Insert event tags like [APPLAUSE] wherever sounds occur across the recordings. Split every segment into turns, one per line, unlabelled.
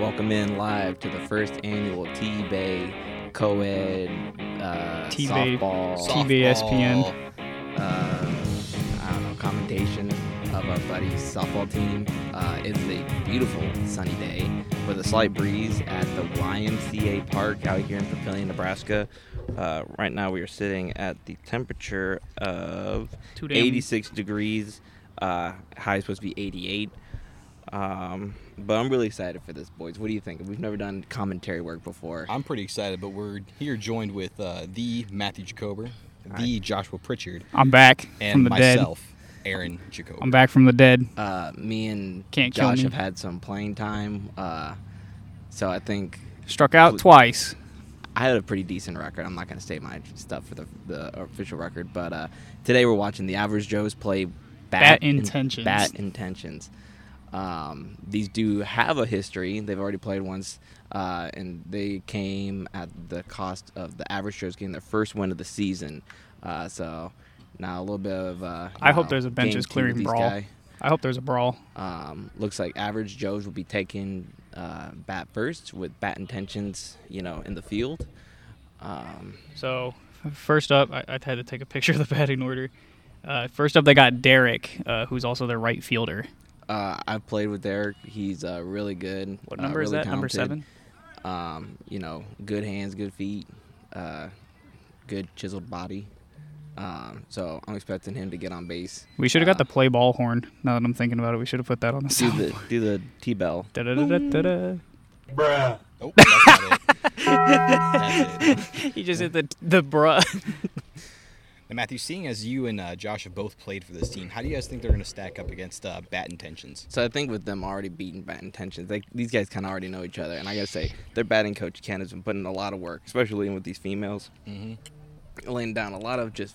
Welcome in live to the first annual T Bay co ed uh,
T-Bay.
softball.
TBSPN.
Softball.
uh, I don't know, commentation of our buddy's softball team. Uh, it's a beautiful sunny day with a slight breeze at the YMCA Park out here in Papillion, Nebraska. Uh, right now we are sitting at the temperature of
Too damn-
86 degrees. Uh, high is supposed to be 88. Um, but I'm really excited for this, boys. What do you think? We've never done commentary work before.
I'm pretty excited, but we're here joined with uh, the Matthew Jacober, the Joshua Pritchard,
I'm back from
and
the
myself, Aaron Jacober.
dead. I'm back from the dead.
uh, me and
Can't kill
Josh
me.
have had some playing time, uh, so I think
Struck out
Please.
twice.
I had a pretty decent record. I'm not going to state my stuff for the, the official record, but uh, today we're watching the Average Joes play
Bat
in-
Intentions.
bat intentions. Um, these do have a history. They've already played once, uh, and they came at the cost of the Average Joes getting their first win of the season. Uh, so now a little bit of. Uh,
I
you
hope
know,
there's a
game
benches
two with
clearing
these
brawl.
guy.
I hope there's a brawl.
Um, looks like average Joes will be taking uh, bat first with bat intentions, you know, in the field. Um,
So first up, I, I had to take a [LAUGHS] picture of the batting order. Uh, first up, they got Derek, uh, who's also their right fielder.
uh, I've played with Derek. He's uh, really good.
What
uh,
number is
really
that? Number
talented.
seven.
Um, you know, good hands, good feet, uh, good chiseled body. Um, so I'm expecting him to get on base.
We should have
Uh,
got the play ball horn. Now that I'm thinking about it, we should have put that on the
do
side.
the do the T bell.
[LAUGHS] Da-da-da-da-da.
Oh, that's not it.
[LAUGHS]
That's it.
You just hit the the bruh.
Now, Matthew, seeing as you and uh, Josh have both played for this team, how do you guys think they're going to stack up against uh, bat intentions?
So I think with them already beating bat intentions, they, these guys kind of already know each other. And I gotta say, their batting coach Ken has been putting in a lot of work, especially with these females, laying down a lot of just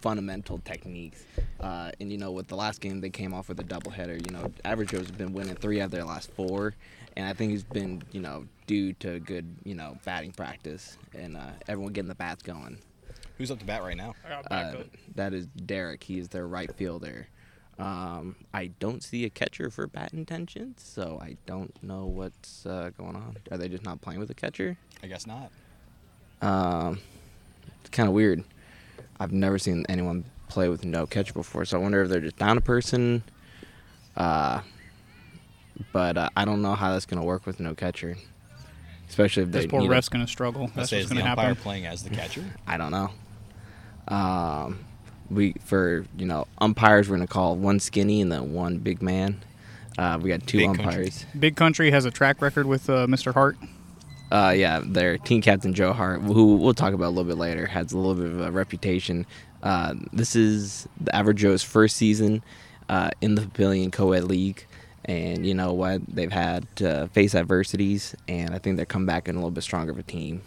fundamental techniques. Uh, and you know, with the last game, they came off with a doubleheader. You know, Average Joe's been winning three out of their last four, and I think it's been you know due to good you know batting practice and uh, everyone getting the bats going.
Who's up to bat right now?
[LAUGHS]
Uh, that is Derek. He is their right fielder. Um, I don't see a catcher for bat intentions, so I don't know what's uh, going on. Are they just not playing with a catcher?
I guess not.
Um, it's kind of weird. I've never seen anyone play with no catcher before, so I wonder if they're just down a person. Uh, but uh, I don't know how that's going to work with no catcher, especially if they.
This poor
you know,
ref's gonna struggle.
Let's
That's
say
what's
is the
gonna
umpire
happen.
playing as the catcher?
[LAUGHS]
I don't know. Um, we for you know umpires we're gonna call one skinny and then one big man. Uh, we got two
Big country.
umpires.
Big Country has a track record with uh, Mr. Hart.
Uh, yeah, their team captain Joe Hart, who we'll talk about a little bit later, has a little bit of a reputation. Uh, this is the average Joe's first season uh, in the Pavilion Co-ed League, and you know what they've had to face adversities, and I think they're come back in a little bit stronger of a team.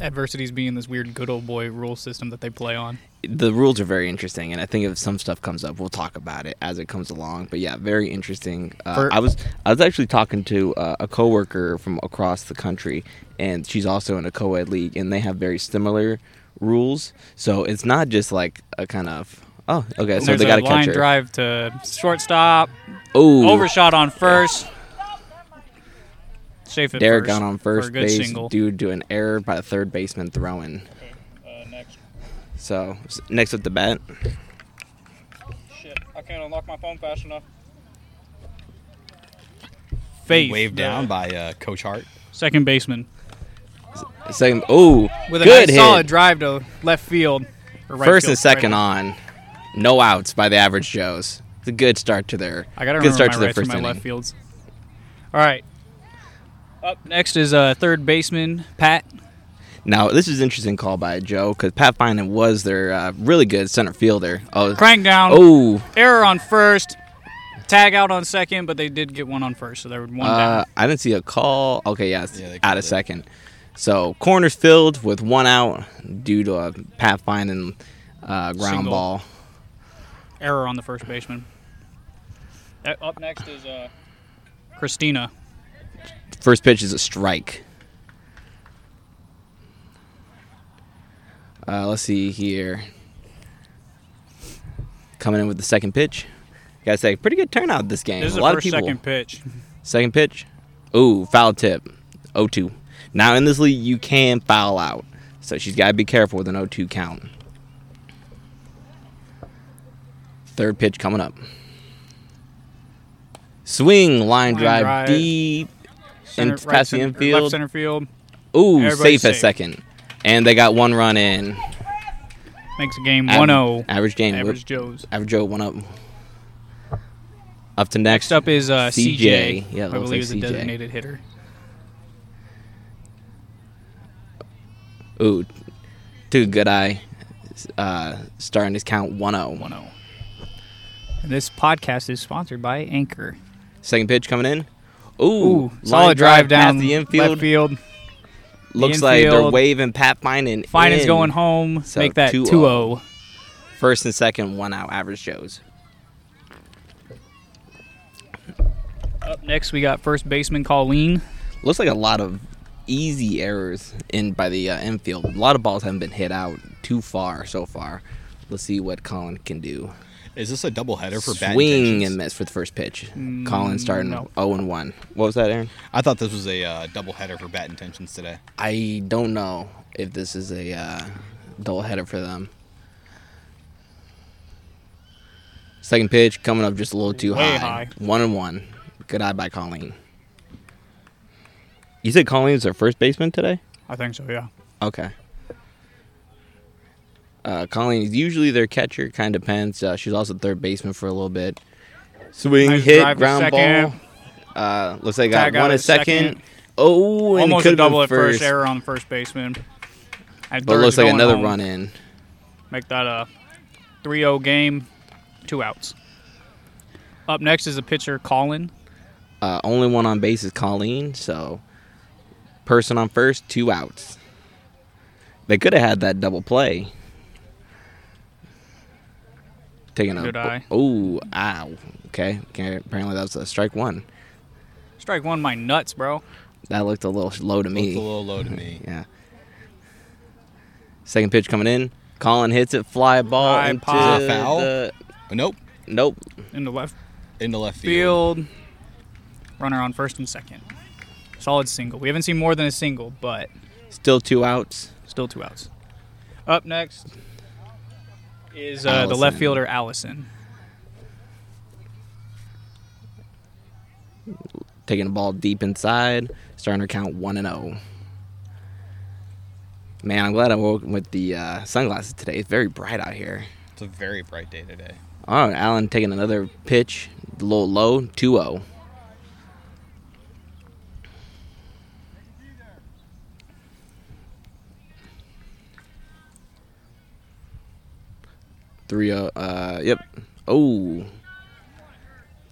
Adversities being this weird good old boy rule system that they play on.
the rules are very interesting, and I think if some stuff comes up, we'll talk about it as it comes along. But yeah, very interesting. Uh,
For-
I was I was actually talking to uh, a coworker from across the country, and she's also in a co-ed league, and they have very similar rules. So it's not just like a kind of oh okay, so
There's
they got
a
a
line
catcher.
drive to shortstop,
Oh,
overshot on first. Safe at
Derek
first
got on
for a
first
good
base
single.
due to an error by the third baseman throwing.
Uh, next.
So s- next up the bat,
Shit, I can't unlock my phone fast enough. Faith,
Waved
the
Wave down by uh, Coach Hart.
second baseman,
second. Oh,
with a
good
nice
hit.
solid drive to left field. or right
First
field,
and second
right.
on, no outs by the average Joes. It's a good start to their.
I gotta
good
remember
start
my
to their
rights and
first
my
inning.
left fields. All right. Up next is uh, third baseman Pat.
Now this is an interesting call by Joe because Pat Finan was their uh, really good center fielder. Oh,
Crank down.
oh,
Error on first. Tag out on second, but they did get one on first, so they were one
uh,
down.
I didn't see a call. Okay, yeah, it's
Yeah, they
out
called
of
it.
second. So corners filled with one out due to a Pat Finan uh, ground
Single.
ball.
Error on the first baseman. Uh, Up next is uh, Christina.
First pitch is a strike. Uh, let's see here. Coming in with the second pitch. Gotta say, pretty good turnout this game.
This
a
is the
lot
first
of people.
second pitch.
Second pitch, ooh, foul tip, 0-2. Now in this league, you can foul out, so she's got to be careful with an 0-2 count. Third pitch coming up. Swing, line,
Line
drive,
drive.
deep.
Center,
And past the
center-
infield.
left center field
Ooh,
Everybody's
safe at
safe.
second. And they got one run in.
makes a game
Aver-
1-0.
Average game.
oh. Average
Average,
Joe's.
Joe one up. Up to next.
Next up is uh, CJ.
CJ. Yeah, it
I
looks
believe
like
is a
CJ.
designated hitter.
Ooh, dude, good eye. Uh, starting his count oh. 1-0.
1-0. oh. And this podcast is sponsored by Anchor.
Second pitch coming in. Ooh,
Ooh,
line
solid
past
drive, down
the infield.
left field.
Looks
the
like they're
infield.
waving Pat Finan.
Fine is
in.
going home.
So, oh.
Make that oh.
2-0.
2-0.
First and second, one out. Average Joe's.
Up next, we got first baseman Colleen.
Looks like a lot of easy errors in by the uh, infield. A lot of balls haven't been hit out too far so far. Let's see what Colin can do.
Is this a doubleheader for bat
Swing
intentions?
and miss for the first pitch. Colin starting
Mm, no.
0 and 1. What was that, Aaron?
I thought this was a uh, doubleheader for bat intentions today.
I don't know if this is a uh, double header for them. Second pitch coming up just a little too
Way
high.
high.
One and one. Good eye by Colleen. You said Colleen's their first baseman today?
I think so, yeah.
Okay. Uh, Colleen is usually their catcher. Kind of depends. Uh, she's also third baseman for a little bit. Swing,
Nice drive
hit,
to
ground
second.
ball. Uh, looks like I
Tag
got
out
one at
at
second.
second.
Oh, and
Almost
could
a double at first.
first.
Error on the first baseman. And
But
third's
looks like
going
another
home.
run in.
Make that a 3-0 game. Two outs. Up next is the pitcher Colin.
Uh, only one on base is Colleen, so person on first, two outs. They could have had that double play. Taking a
Good eye.
Oh, ow. Okay. okay. Apparently that was a strike one.
Strike one, my nuts, bro.
That looked a little low to
Looks a
me.
little low to me.
[LAUGHS] Yeah. Second pitch coming in. Colin hits it, fly ball
High
into
pop.
Foul?
the-
Nope,
nope.
In the left
in the left field.
field. Runner on first and second. Solid single. We haven't seen more than a single, but
Still two outs.
still two outs. Up next is uh, the left
Allison.
fielder Allison.
taking the ball deep inside, starting to count one and zero. Man, I'm glad I woke with the uh, sunglasses today. It's very bright out here.
It's a very bright day today.
All right, Allen taking another pitch, a little low, oh. 2-0. Three, uh, uh, yep. Oh,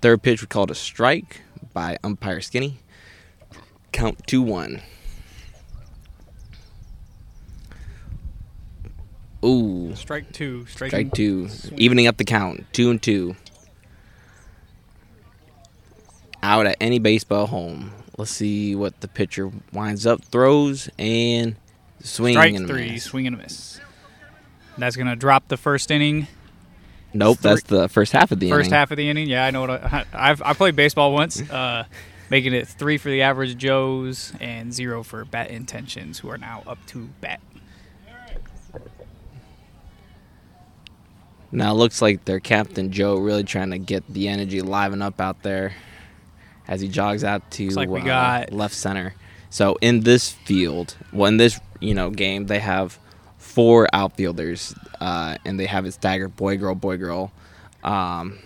third pitch was called a strike by umpire Skinny. Count two one. Ooh,
Strike two. Strike,
Strike two. Evening up the count. Two and two. Out at any baseball home. Let's see what the pitcher winds up, throws, and swing
Strike
and a
three.
miss.
Swing and a miss. That's gonna drop the first inning,
Nope, that's the first half of the
first
inning.
half of the inning. Yeah, I know what I, [LAUGHS] I've I played
[LAUGHS]
baseball once, uh, making it three for the average Joes and zero for bat intentions, who are now up to bat.
Now it looks like their captain Joe really trying to get the energy liven up out there as he jogs out to
like we
uh,
got-
left center. So in this field, well, in this you know game, they have four outfielders, uh, and they have it staggered boy girl boy girl. Um,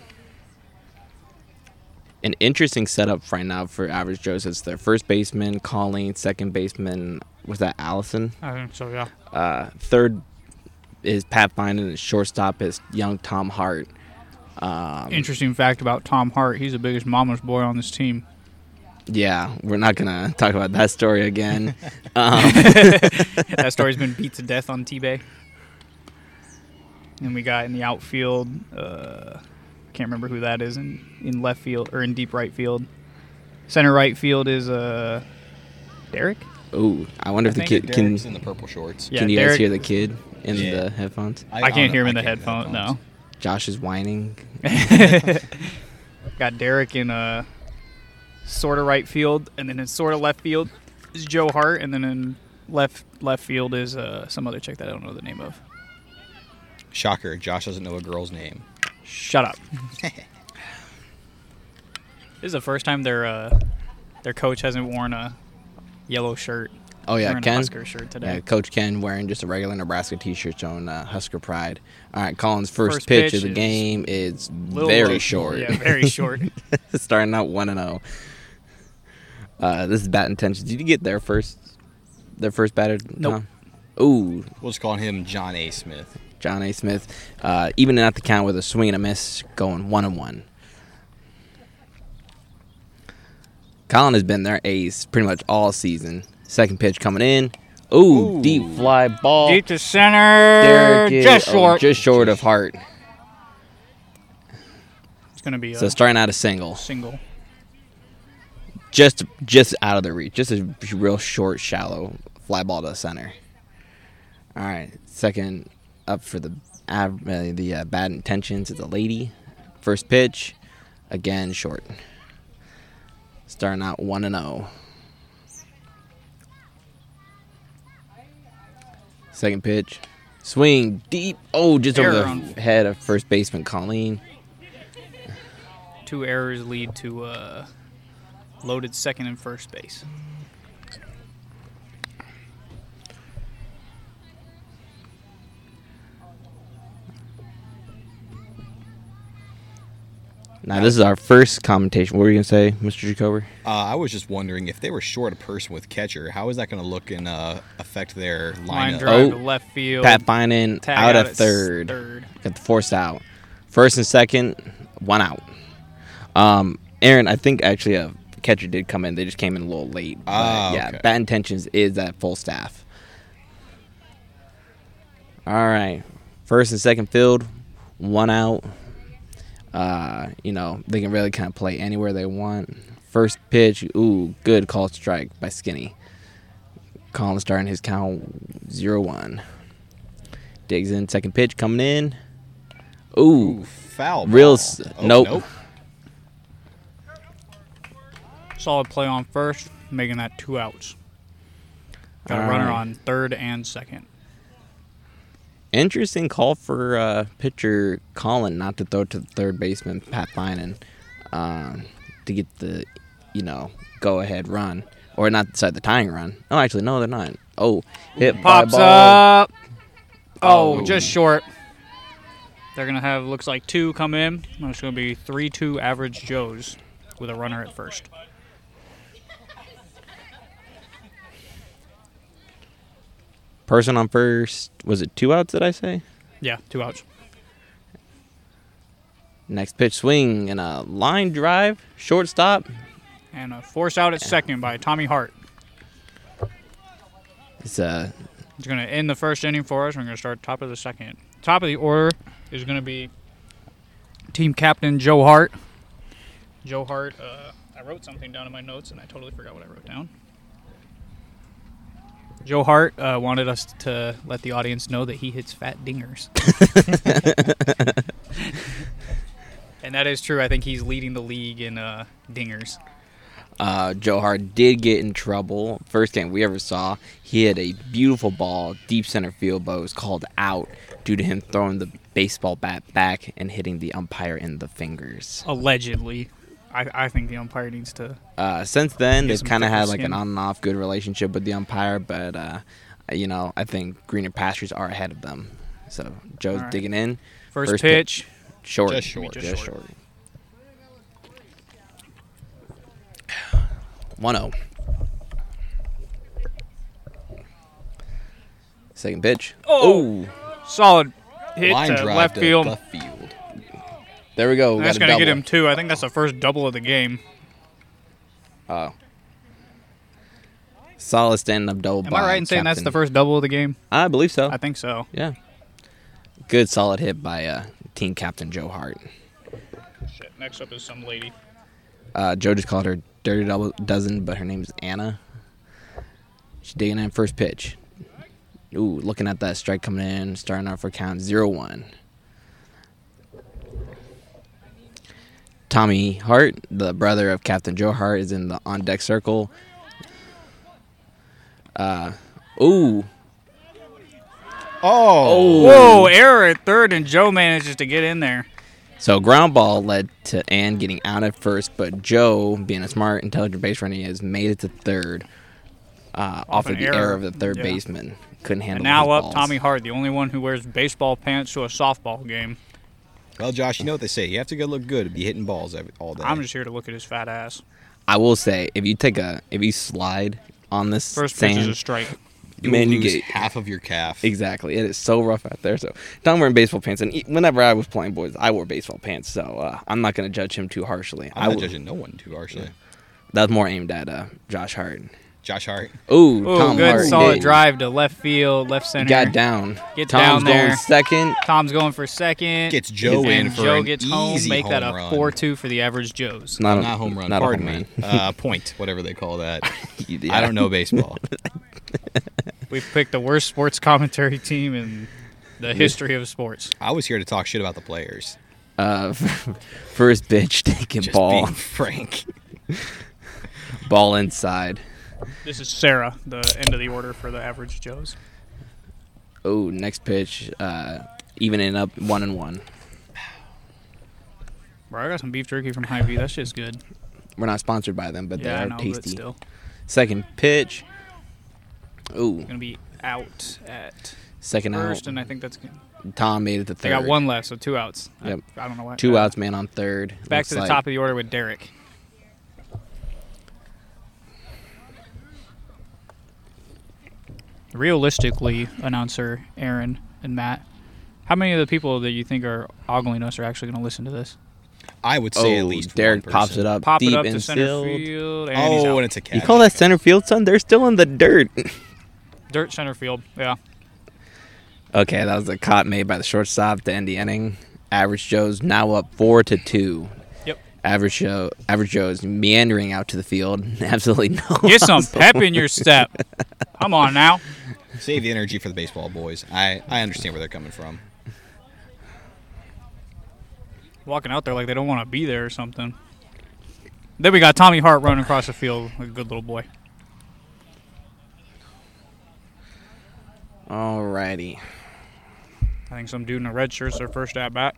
an interesting setup right now for average Joe's. It's their first baseman, Colleen, second baseman was that Allison,
I think so. Yeah.
uh, third is Pat Finan, and shortstop is young Tom Hart. Um,
Interesting fact about Tom Hart. He's the biggest mama's boy on this team.
Yeah, we're not gonna talk about that story
[LAUGHS]
again. um,
that story's been beat to death on T-Bay. And we got in the outfield. Uh, can't remember who that is in, in left field or in deep right field. Center right field is uh, Derek.
ooh, I wonder if the
I
kid
think
can.
Derek's in the purple shorts.
Yeah,
can you guys
Derek-
hear the kid in
Yeah.
the headphones?
I, can't
don't-
hear him in the
can't
headphone. No, [LAUGHS]
Josh is whining.
got Derek in uh, sort of right field, and then in sort of left field is Joe Hart, and then in left left field is uh, some other chick that I don't know the name of.
Shocker, Josh doesn't know a girl's name.
Shut [LAUGHS] up. this is the first time their uh, their coach hasn't worn a yellow shirt.
Oh yeah,
Wearing a
Ken.
Husker shirt today.
Yeah, Coach Ken wearing just a regular Nebraska T-shirt showing uh, Husker pride. All right, Colin's first,
First
pitch,
pitch
of the
is
game is
Little-
very short. [LAUGHS]
Yeah, very short.
Starting out one and zero. Uh, This is bat intentions. Did you get their first, their first batter?
Nope.
No? Ooh,
We'll just call him John A. Smith.
John A. Smith, uh, even at the count with a swing and a miss, going one and one. Colin has been their ace pretty much all season. Second pitch coming in. Ooh,
Ooh.
deep fly ball.
Deep to center.
Oh. Derek is-
just
oh,
short.
just short of Hart.
it's gonna be a
So starting out a single,
single.
just just out of the reach, just a real short, shallow fly ball to the center. All right, second up for the av- uh, the uh, bad intentions is a lady. First pitch, again short. Starting out one and oh. zero. Second pitch, swing deep. Oh, just over
Error
the
on-
head of first baseman Colleen.
Two errors lead to uh, loaded second and first base.
Now this is our first commentation. What were you gonna say, Mr. Jacober?
Uh, I was just wondering if they were short a person with catcher, how is that going to look and uh, affect their
Line
lineup?
drive to
Oh.
left field.
Pat Bynan
tag
out,
at
of third.
third.
Got the force out. First and second, one out. Um, Aaron, I think actually a catcher did come in. They just came in a little late. But
Ah,
yeah,
okay.
bat intentions is that full staff. All right, first and second field, one out. Uh, you know they can really kind of play anywhere they want. First pitch, ooh, good call strike by Skinny. Collins starting his count zero one. Digs in second pitch coming in. Ooh,
Ooh, Oh, foul.
Real
ball. Oh,
s- nope.
Solid play on first, making that two outs. Got a
All
runner
right.
on third and second.
interesting call for uh, pitcher Colin not to throw to the third baseman Pat Finan um, to get the you know go ahead run or not decide the tying run. Oh, actually, no, they're not. Oh, hit fly
Pops
ball.
up. Oh,
Oh.
just short. They're gonna have looks like two come in. and It's gonna be three two average Joes with a runner at first.
Person on first. Was it two outs? Did I say?
Yeah, two outs.
Next pitch swing and a line drive, shortstop.
And a force out at second by Tommy Hart.
It's uh,
It's gonna end the first inning for us. We're gonna start top of the second. Top of the order is gonna be team captain Joe Hart. Joe Hart. Uh, I wrote something down in my notes and I totally forgot what I wrote down. Joe Hart uh, wanted us to let the audience know that he hits fat dingers. and that is true. I think he's leading the league in uh, dingers.
Uh, Joe Hart did get in trouble. First game we ever saw, he had a beautiful ball deep center field, but it was called out due to him throwing the baseball bat back and hitting the umpire in the fingers.
Allegedly. I, I think the umpire needs to
Uh, since then,
Get
they've
some
kind of had
thicker
like
skin.
an on and off good relationship with the umpire, but uh, you know I think greener pastures are ahead of them. So Joe's
All right.
digging in,
first,
First
pitch.
short,
Just short.
just,
Just
short. One oh. zero. Second pitch.
Oh.
Ooh.
Solid hit
Line
to
drive
left
to
field.
left field.
there we go. We
That's
got a
going to get
double.
him two. I think that's the first double of the game.
Oh. Solid standing up double.
Am
by
I right in saying that's the
Captain-
first double of the game?
I believe so.
I think so.
yeah. Good solid hit by uh, team captain Joe Hart.
Shit. Next up is some lady.
Uh, Joe just called her Dirty Double Dozen, but her name's Anna. She's digging in first pitch. Ooh, looking at that strike coming in, starting off for count 0 1. Tommy Hart, the brother of Captain Joe Hart, is in the on deck circle. Uh, ooh,
Oh,
Whoa, error at third, and Joe manages to get in there.
So ground ball led to Ann getting out at first, but Joe, being a smart, intelligent base runner, has made it to third uh, off
an
of the
error.
error. of the third
Yeah.
baseman. Couldn't handle.
And now
his
up,
balls.
Tommy Hart, the only one who wears baseball pants to a softball game.
well, Josh, you know what they say. You have to go look good to be hitting balls every, all day.
I'm just here to look at his fat ass.
I will say, if you take a, if you slide on this
First pitch is a
sand,
strike.
you
man, you
lose
get
half of your calf.
exactly. It is so rough out there. So Tom wearing baseball pants, and e- whenever I was playing boys, I wore baseball pants. So uh, I'm not going to judge him too harshly.
I'm not
will-
judging no one too harshly.
That's more aimed at uh, Josh Hart.
Josh Hart.
Ooh,
Ooh,
Tom
good
Hart
solid
did-
drive to left field, left center.
Got down.
Get down
Tom's
there.
going second.
Tom's going for second.
Gets Joe in
and
for
Joe
an
gets home.
easy
Make that
home
a
run.
four-two for the average Joe's.
Not,
Not home run.
Not a
pardon
home run.
[LAUGHS]
[LAUGHS]
me. uh, point, whatever they call that.
Yeah.
I don't know baseball.
We've picked the worst sports commentary team in the history of sports.
I was here to talk shit about the players.
Uh, first bitch [LAUGHS] taking
Just
ball,
being [LAUGHS] frank.
ball inside.
This is Sarah, the end of the order for the average Joe's.
Oh, next pitch, uh, evening up one and one.
Bro, I got some beef jerky from Hy-Vee. That shit's good.
We're not sponsored by them, but
yeah,
they
I
are
know, but
tasty.
still.
Second pitch. Ooh,
Gonna be out at
second
first,
out.
and I think that's good.
Tom made it to
They
third.
got one left, so two outs. I-
Yep.
I, don't know why.
Two
uh,
outs, man on third.
Back
Looks
to the
like-
top of the order with Derek. Realistically, announcer Aaron and Matt, how many of the people that you think are ogling us are actually going to listen to this?
I would say at
Oh,
least
Derek
one
pops
person.
it up
Pop
deep
it up
and
to center
field.
field. And he's
Oh,
out.
and it's a catch.
You call that center field, son? They're still in the dirt.
dirt center field. Yeah,
Okay, that was a caught made by the shortstop to end the inning. Average Joe's now up four to two.
Yep.
Average Joe, Average Joe's meandering out to the field. [LAUGHS] Absolutely no. [LAUGHS]
get some
hustle.
pep in your step. Come on now.
Save the energy for the baseball boys. I, I understand where they're coming from.
walking out there like they don't want to be there or something. Then we got Tommy Hart running across the field like a good little boy.
Alrighty.
I think some dude in a red shirt's their first at bat.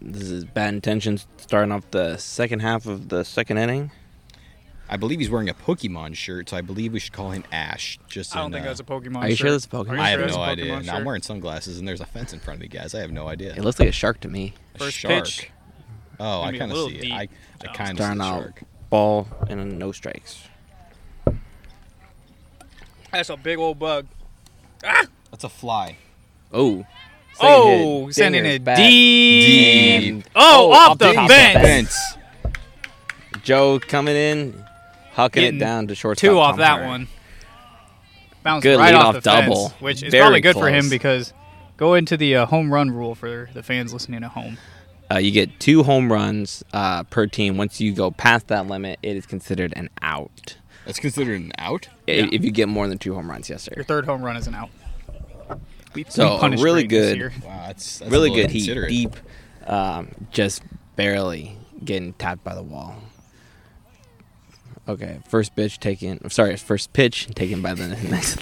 This is bad intentions starting off the second half of the second inning.
I believe he's wearing a Pokemon shirt, so I believe we should call him Ash. Just
I don't
in,
think
uh,
that's a Pokemon.
Are you sure
shirt.
that's a Pokemon
Are you
I
sure
have
that's a
no
Pokemon
idea. Now I'm
shirt?
wearing sunglasses and there's a fence in front of me, guys. I have no idea.
It looks like a shark to me.
A
First
shark.
pitch.
Oh,
Gonna
I
be a
kind of
little
see it.
deep,
I, I
Josh.
kind of see
Starting
the
out
shark.
ball and no strikes.
That's a big old bug.
That's a fly.
Oh.
oh, sending
Dinger
it
back.
deep.
And-
Oh, off the
top of
fence.
Fence.
Joe coming in, hucking
Getting
it down to shortstop.
Two off
Tom
that
Hart.
one. Bounced
Good
right off
leadoff
the fence,
double.
which is
Very
probably good for him
close.
because go into the uh, home run rule for the fans listening at home.
Uh, you get two home runs uh, per team. Once you go past that limit, it is considered an out.
That's considered an out.
I-
Yeah.
If you get more than two home runs, yes,
Your
sir.
third home run is an out. We,
So,
we punished
really
Reed this
good-
year.
Wow, that's, that's
Really
a little
good heat,
considerate.
deep, um, just barely getting tapped by the wall. Okay, first pitch taken. I'm sorry, first pitch taken by the [LAUGHS] next.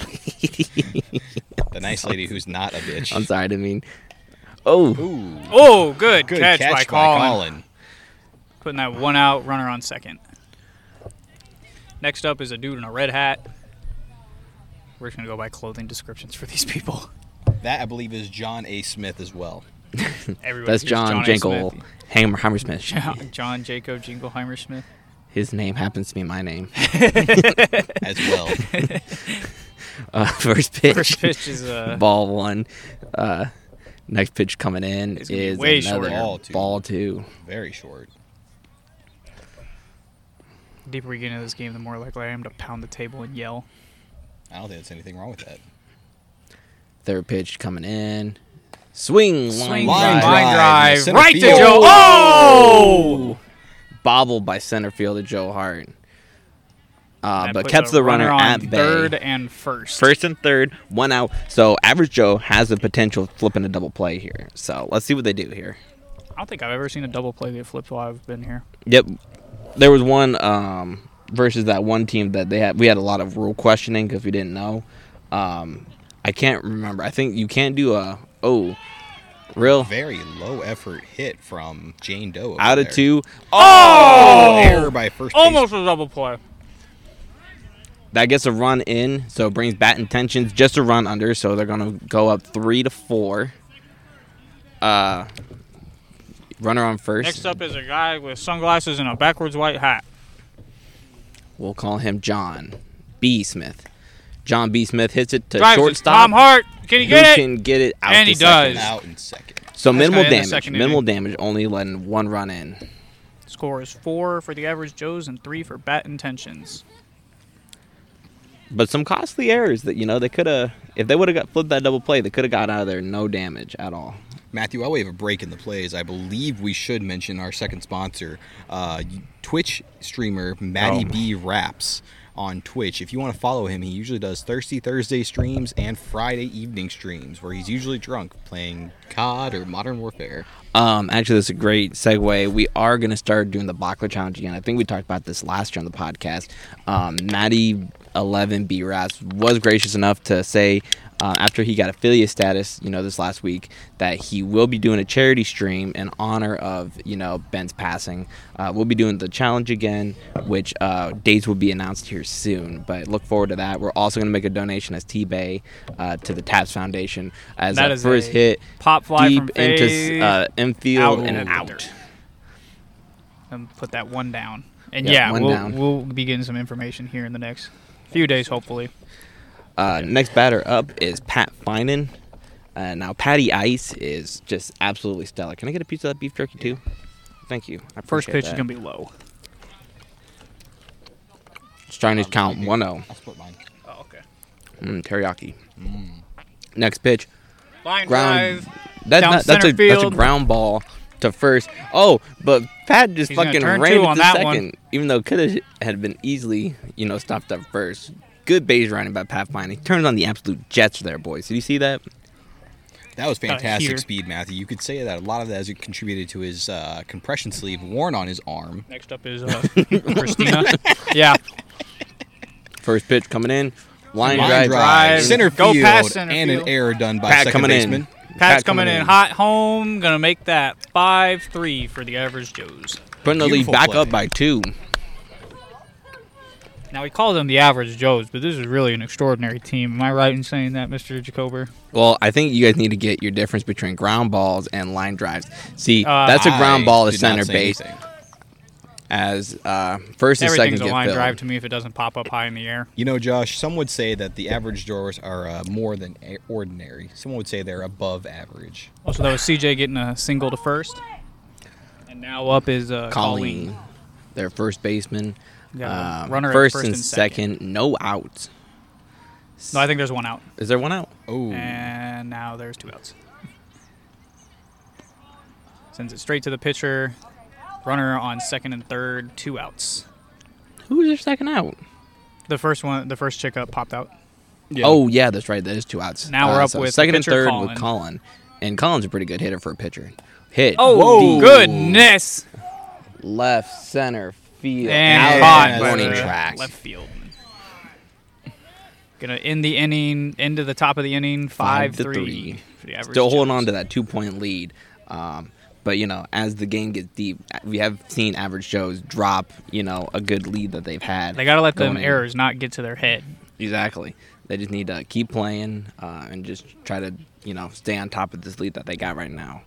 The nice lady
[LAUGHS]
who's not a bitch.
I'm sorry, I didn't mean. Oh,
Ooh,
Oh, good,
good
catch,
catch,
by, Colin.
Colin.
Putting that one out, runner on second. Next up is a dude in a red hat. We're just going to go by clothing descriptions for
[LAUGHS]
these people.
That I believe is John A. Smith as well.
Everybody
that's
hears
John
A.
Jankel
Smith.
Hammer Hammersmith.
John, [LAUGHS] John Jacob
[LAUGHS]
Jingleheimer Smith.
His name happens to be my name.
[LAUGHS]
As well.
Uh, [LAUGHS] first pitch.
First pitch is uh,
ball one. Uh, next pitch coming in
It's gonna be
is
way
another
shorter.
Ball two.
ball two.
Very short.
deeper we get into this game, the more likely I am to pound the table and yell.
I don't think there's anything wrong with that.
Third pitch coming in. Swing, line
Swing,
Line
drive.
line
drive,
drive,
center
right to
field.
Joe. Oh!
Bobbled by center fielder Joe Hart. Uh,
That
but
puts
kept
a
the runner,
on
at bay.
third and first.
First and third, one out. So average Joe has the potential of flipping a double play here. So let's see what they do here.
I don't think I've ever seen a double play get flipped while I've been here.
Yep. There was one um, versus that one team that they had. We had a lot of rule questioning because we didn't know. Um, I can't remember. I think you can't do a oh, real
Very low effort hit from Jane Doe. over
out of
there.
two.
Oh, error by first. base-
Almost a double play.
That gets a run in, so it brings bat intentions just a run under. So they're gonna go up three to four. Uh, runner on first.
Next up is a guy with sunglasses and a backwards white hat.
We'll call him John B. Smith. John B. Smith hits it to
Drives it.
shortstop.
Tom Hart. Can he
who
get it?
can get it out?
And
to
he
second.
does.
out in second.
So
That's
minimal
gonna end the
damage.
second
Minimal damage. Only letting one run in.
Score is four for the average Joes and three for bat intentions.
But some costly errors that you know they could have. If they would have got flipped that double play, they could have got out of there no damage at all.
Matthew, while we have a break in the plays, I believe we should mention our second sponsor, uh, Twitch streamer Matty
Oh.
B Raps on Twitch. If you want to follow him, he usually does Thirsty Thursday streams and Friday evening streams, where he's usually drunk playing COD or Modern Warfare.
Um, actually, that's a great segue. We are going to start doing the Bacla challenge again. I think we talked about this last year on the podcast. Um, Maddie Eleven B Raps was gracious enough to say uh, after he got affiliate status, you know, this last week, that he will be doing a charity stream in honor of you know Ben's passing. Uh, we'll be doing the challenge again, which uh, dates will be announced here soon. But look forward to that. We're also going to make a donation as T Bay uh, to the Taps Foundation as
That
that
is
first
a
hit
Pop fly
deep
from
into s-
Faith.
uh, infield
out
and
into the
out.
dirt. and put that one down. And
Yeah,
yeah,
one
we'll,
down.
we'll be getting some information here in the next few days, hopefully.
Uh, next batter up is Pat Finan. Uh, now Patty Ice is just absolutely stellar. Can I get a piece of that beef jerky too? Thank you. I
First pitch
is
is going to be low. Um,
starting to count 1-0.
I'll split mine.
Oh, okay.
Mm, teriyaki.
Mm.
Next pitch.
Line
Ground.
drive.
That's
Down
not, that's a
center
that's a
field.
ground ball to first. Oh, but Pat just
He's gonna
fucking
turn
ran
two
into
on that
second,
one.
even though could have had been easily you know stopped up first. Good base running by Pat Finan. He turns on the absolute jets there, boys. Did you see that?
That was
Kinda
fantastic
Uh, here.
speed, Matthew. You could say that a lot of that has contributed to his uh, compression sleeve worn on his arm.
Next up
[LAUGHS]
is uh, Christina. yeah.
First pitch coming in. Line,
Line
drive,
drive,
drive.
center
Go
field,
past center
and an
field.
error done by
Pat
second
coming
baseman.
in.
Pat's coming in hot home. Going to make that 5 3 for the average Joes.
Putting the lead
Beautiful
back
play.
up by two.
Now, we call them the average Joes, but this is really an extraordinary team. Am I right in saying that, Mr. Jacober?
Well, I think you guys need to get your difference between ground balls and line drives. See,
Uh,
that's a ground
I
ball to
did not
center
say
base
anything.
as uh, first and second
Everything's a
get
line
filled.
drive to me if it doesn't pop up high in the air.
You know, Josh, some would say that the average doors are uh, more than a- ordinary. Someone would say they're above average.
Also, that was CJ getting a single to first. And now up is uh,
Colleen,
Colleen.
their first baseman.
Yeah,
Um,
runner at
first,
first
and
and second.
second. No outs.
No, I think there's one out.
Is there one out?
Oh,
And now there's two outs. Sends it straight to the pitcher. Runner on second and third, two outs.
Who was their second out?
The first one, the first chick up popped out.
Oh yeah, that's right. That is two outs. Uh,
Now we're up
so
with
second and
pitcher
third with Colin, and Colin's a pretty good hitter for a pitcher. Hit.
Oh,
deep
goodness!
Left center field.
And
out
caught
of
by
the warning
the
track.
left field. Gonna end the inning, end to the top of the inning,
Five
five,
to three.
three. for the average
still holding
Joes.
on to that two point lead. Um, but you know, as the game gets deep, we have seen average Joes drop. You know, a good lead that they've had.
They gotta let them
going in.
errors not get to their head.
Exactly. They just need to keep playing uh, and just try to you know stay on top of this lead that they got right now.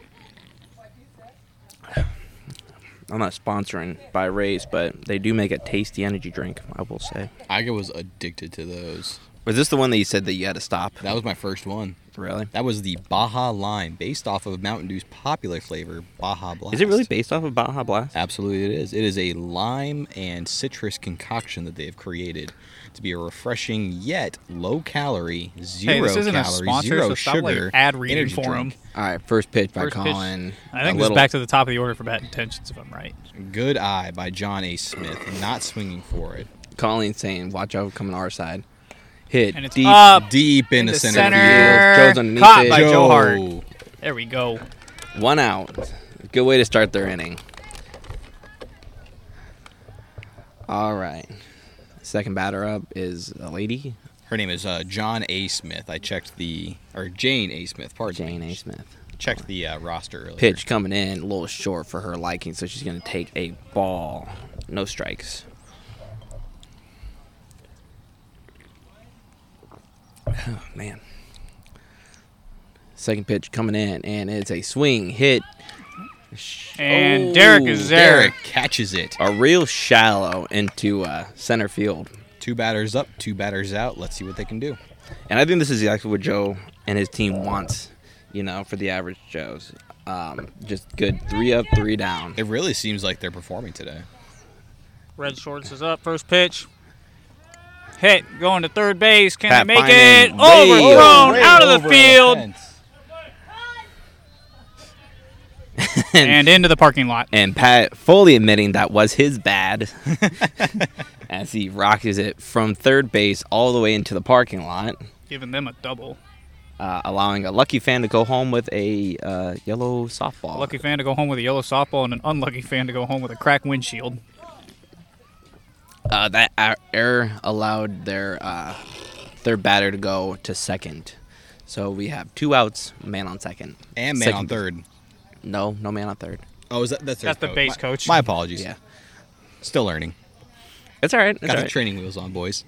[SIGHS] I'm not sponsoring by Rays, but they do make a tasty energy drink. I will say.
I was addicted to those.
Was this the one that you said that you had to stop?
That was my first one.
Really?
That was the Baja Lime, based off of Mountain Dew's popular flavor, Baja Blast.
Is it really based off of Baja Blast?
Absolutely, it is. It is a lime and citrus concoction that they have created to be a refreshing yet low calorie, zero
Hey, this isn't a
calorie,
sponsor,
zero
so stop,
sugar
like, ad reading
energy
for 'em.
drink.
All right, first pitch by
First pitch.
Colin.
I
A
think this is
little-
back to the top of the order for bad intentions, if I'm right.
Good Eye by John A. Smith, not swinging for it.
Colleen saying, "Watch out, coming our side." Hit
And it's
deep.
up
Deep in,
in
the,
the
center,
center.
Joe's underneath
Caught
it.
by
field.
Joe Hart. There we go.
One out. Good way to start their inning. All right. Second batter up is a lady,
Her name is uh, John A. Smith. I checked the or Jane A. Smith. Pardon
Jane
me.
A. Smith.
Checked the uh, roster earlier.
Pitch coming in a little short for her liking, so she's going to take a ball. No strikes. [SIGHS] Oh, man. Second pitch coming in, and it's a swing hit.
And
Oh,
Derek is there.
Derek catches it.
A real shallow into uh, center field.
Two batters up, two batters out. Let's see what they can do.
And I think this is exactly what Joe and his team wants, you know, for the average Joes. Um, just good three up, three down.
It really seems like they're performing today.
Red Shorts is up. First pitch. Hit. Going to third base. Can
Pat
they make
Finan
it?
way
Overthrown.
over,
out of the field. And into the parking lot.
And Pat fully admitting that was his
[LAUGHS]
bad as he rockets it from third base all the way into the parking lot,
Giving them a double.
uh, allowing a lucky fan to go home with a uh, yellow softball.
Lucky fan to go home with a yellow softball and an unlucky fan to go home with a cracked windshield.
Uh, that er- error allowed their uh, third batter to go to second. So we have two outs, man on second.
And man
Second-
on third.
No, no man on third.
Oh, is that that's, their
That's the base
My-
coach.
My, apologies.
Yeah.
Still learning.
It's all right. It's
Got
all
the
right.
training wheels
[LAUGHS]
on, boys.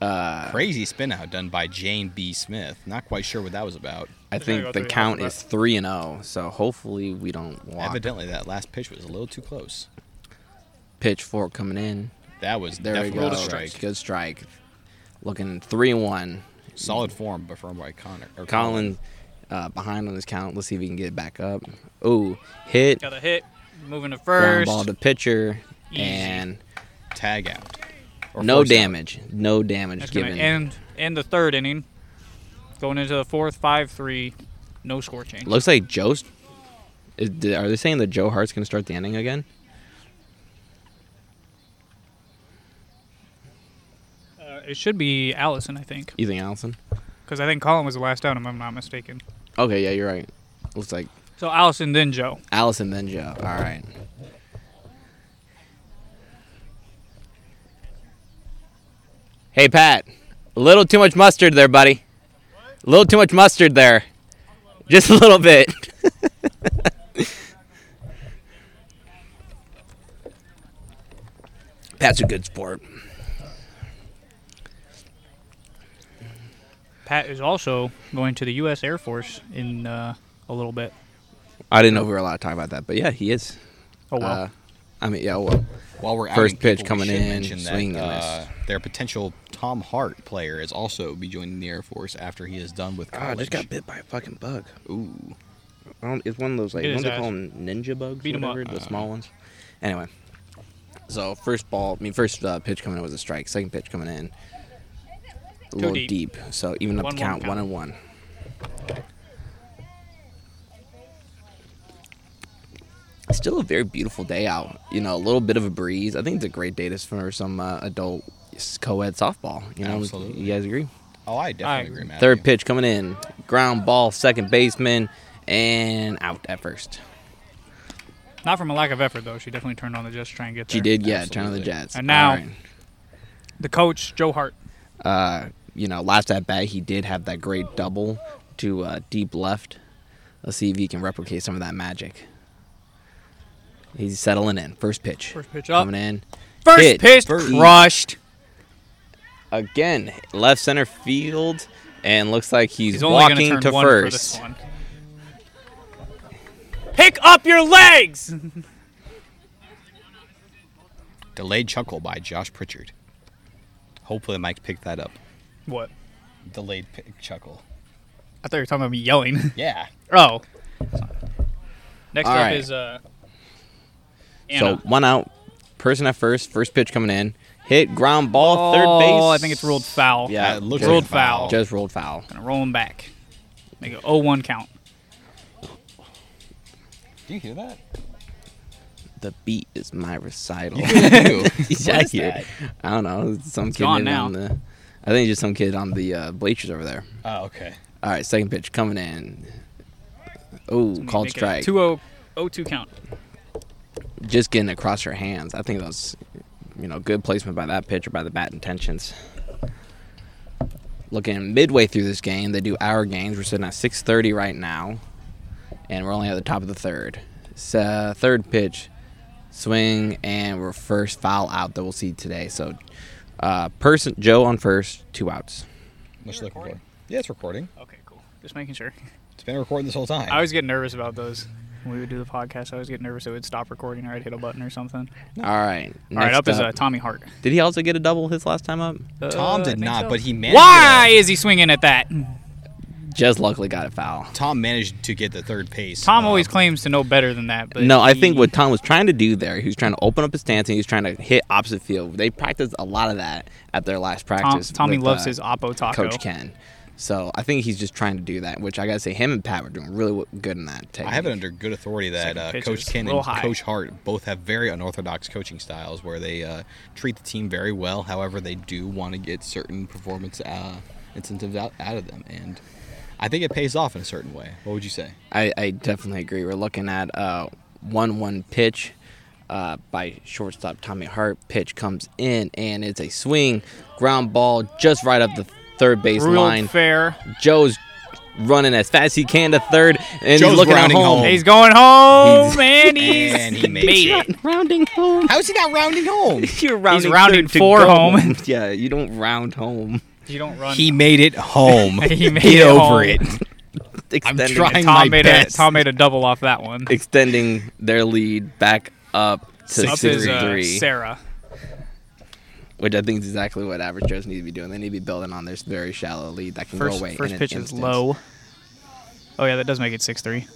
Uh, Crazy spin out done by Jane B. Smith. Not quite sure what that was about.
I
Just gotta
think
go
the
three
count
outs,
is three and zero. So hopefully we don't walk.
Evidently, that last pitch was a little too close.
Pitch four coming in.
That was
There
definitely
we go.
a strike.
Good strike. Looking three and one.
Solid form, but from by Connor. Or
Colin uh, behind on his count. Let's see if he can get it back up. Ooh, hit.
Got a hit. Moving to
Ground
first.
ball to pitcher.
Easy.
And
Tag out. Or
no
force out.
damage. No damage
That's going
given.
to end, end the third inning. Going into the fourth, 5 3. No score change.
Looks like Joe's. Is, did- are they saying that Joe Hart's going to start the inning again?
Uh, it should be Allison, I think.
You think Allison?
Because I think Colin was the last out, if I'm not mistaken.
Okay, yeah, you're right. Looks like
So Allison, then Joe.
Allison then Joe. All right. Hey Pat, a little too much mustard there, buddy. A little too much mustard there. Just a little bit. [LAUGHS] Pat's a good sport.
Pat is also going to the U.S. Air Force in uh, a little bit.
I didn't know if we were allowed to talk about that, but yeah, he is.
Oh well.
Uh, I mean, yeah, well,
While we're
First
outing
pitch
people,
coming
we should
in,
mention
swing
that,
and miss.
uh, their potential Tom Hart player is also be joining the Air Force after he is done with
ah, I
college.
just got bit by a fucking bug.
Ooh,
I don't, it's one of those like
It is
ones they
ass.
call them ninja bugs,
Beat 'em up.
whatever,
Ah.
the small ones. Anyway, so first ball, I mean first uh, pitch coming in was a strike. Second pitch coming in, a little
deep.
deep. So even up
One,
the
one
count, one
count.
and one. It's Still a very beautiful day out. You know, a little bit of a breeze. I think it's a great day to for some uh, adult co-ed softball. You know,
Absolutely.
you guys agree?
oh, I definitely
Alright,
agree, Matt.
Third pitch coming in, ground ball, second baseman, and out at first.
Not from a lack of effort, though. She definitely turned on the jets to try and get there.
She did, yeah. Turn on the
Absolutely.
Jets.
And now-
All right.
The coach, Joe Hart.
uh, you know, last at bat, he did have that great double to uh, deep left. Let's see if he can replicate some of that magic. He's settling in. First pitch.
First pitch up.
Coming in.
First
Hit.
pitch
First.
crushed.
Again, left center field, and looks like he's,
He's only going
walking
to turn
to
one for
first.
this one. Pick up your legs. [LAUGHS]
Delayed chuckle by Josh Pritchard. Hopefully, Mike picked that up.
what?
Delayed pick chuckle.
I thought you were talking about me yelling. [LAUGHS]
Yeah.
oh. Next
All
up
right.
is uh.
So
Anna.
one out, person at first. First pitch coming in. Hit ground ball,
oh,
third base.
I think it's ruled foul.
Yeah,
That looks
just-
Rolled
like a foul.
foul.
Just rolled foul.
Gonna roll him back. Make an 0-1 count.
Do you
[LAUGHS]
hear that?
The beat is my recital. [LAUGHS]
You
He's
What
out
is
here. I don't know. Some kid
gone
maybe
now.
on the. I think it's just some kid on the uh, bleachers over there.
Oh, okay.
All right, second pitch coming in. Oh, called strike.
2 02 count.
Just getting across her hands. I think that was, you know, good placement by that pitcher by the bat intentions. Looking midway through this game, they do hour games. We're sitting at 6:30 right now, and we're only at the top of the third. So, third pitch, swing, and we're first foul out that we'll see today. So, uh, person Joe on first, two outs.
What's
You're
looking for?
recording?
Yeah, it's recording.
Okay, cool. Just making sure.
It's been recording this whole time.
I always get nervous about those. When we would do the podcast, I always get nervous it would stop recording or I'd hit a button or something.
All right.
All right,
next
up, is uh, Tommy Hart.
Did he also get a double his last time up?
Tom did not, but he managed.
Why is he swinging at that?
Just luckily got a foul.
To, Tom managed to get the third pace.
Tom
uh,
always claims to know better than that. But
No, I think
he-
what Tom was trying to do there, he was trying to open up his stance and he was trying to hit opposite field. They practiced a lot of that at their last
Tom,
practice.
Tommy
with,
loves
uh,
his Oppo Taco.
coach Ken. So I think he's just trying to do that, which I gotta say, him and Pat were doing really w- good in that. Technique.
I have it under good authority that
Second
uh,
pitch
Coach
is
Ken
real
and
high.
Coach Hart both have very unorthodox coaching styles where they uh, treat the team very well. However, they do want to get certain performance uh, incentives out, out of them. And I think it pays off in a certain way. What would you say?
I, I definitely agree. We're looking at uh, one-one pitch uh, by shortstop Tommy Hart. Pitch comes in and it's a swing, ground ball just right up the third base
Real
line.
fair.
Joe's running as fast as he can to third, and
Joe's
he's looking at
rounding
home.
home.
He's going home,
He's-
and he's
And he makes
made
it.
it.
rounding home.
How is he not rounding home?
[LAUGHS] You're rounding,
rounding
third to
for
go
home.
[LAUGHS] yeah, you don't round home.
You don't run.
[LAUGHS] he made it home.
[LAUGHS] He made
get
it
over
home.
it. I'm
Extending-
trying my
Tom made a
best.
Tom made a double off that one.
extending their lead back up to
Up
six
is
three,
uh, Sarah.
which I think is exactly what average Joes need to be doing. They need to be building on this very shallow lead that can go
First
away. in
first
an
pitch is
instance.
low. Oh yeah, that does make it six three.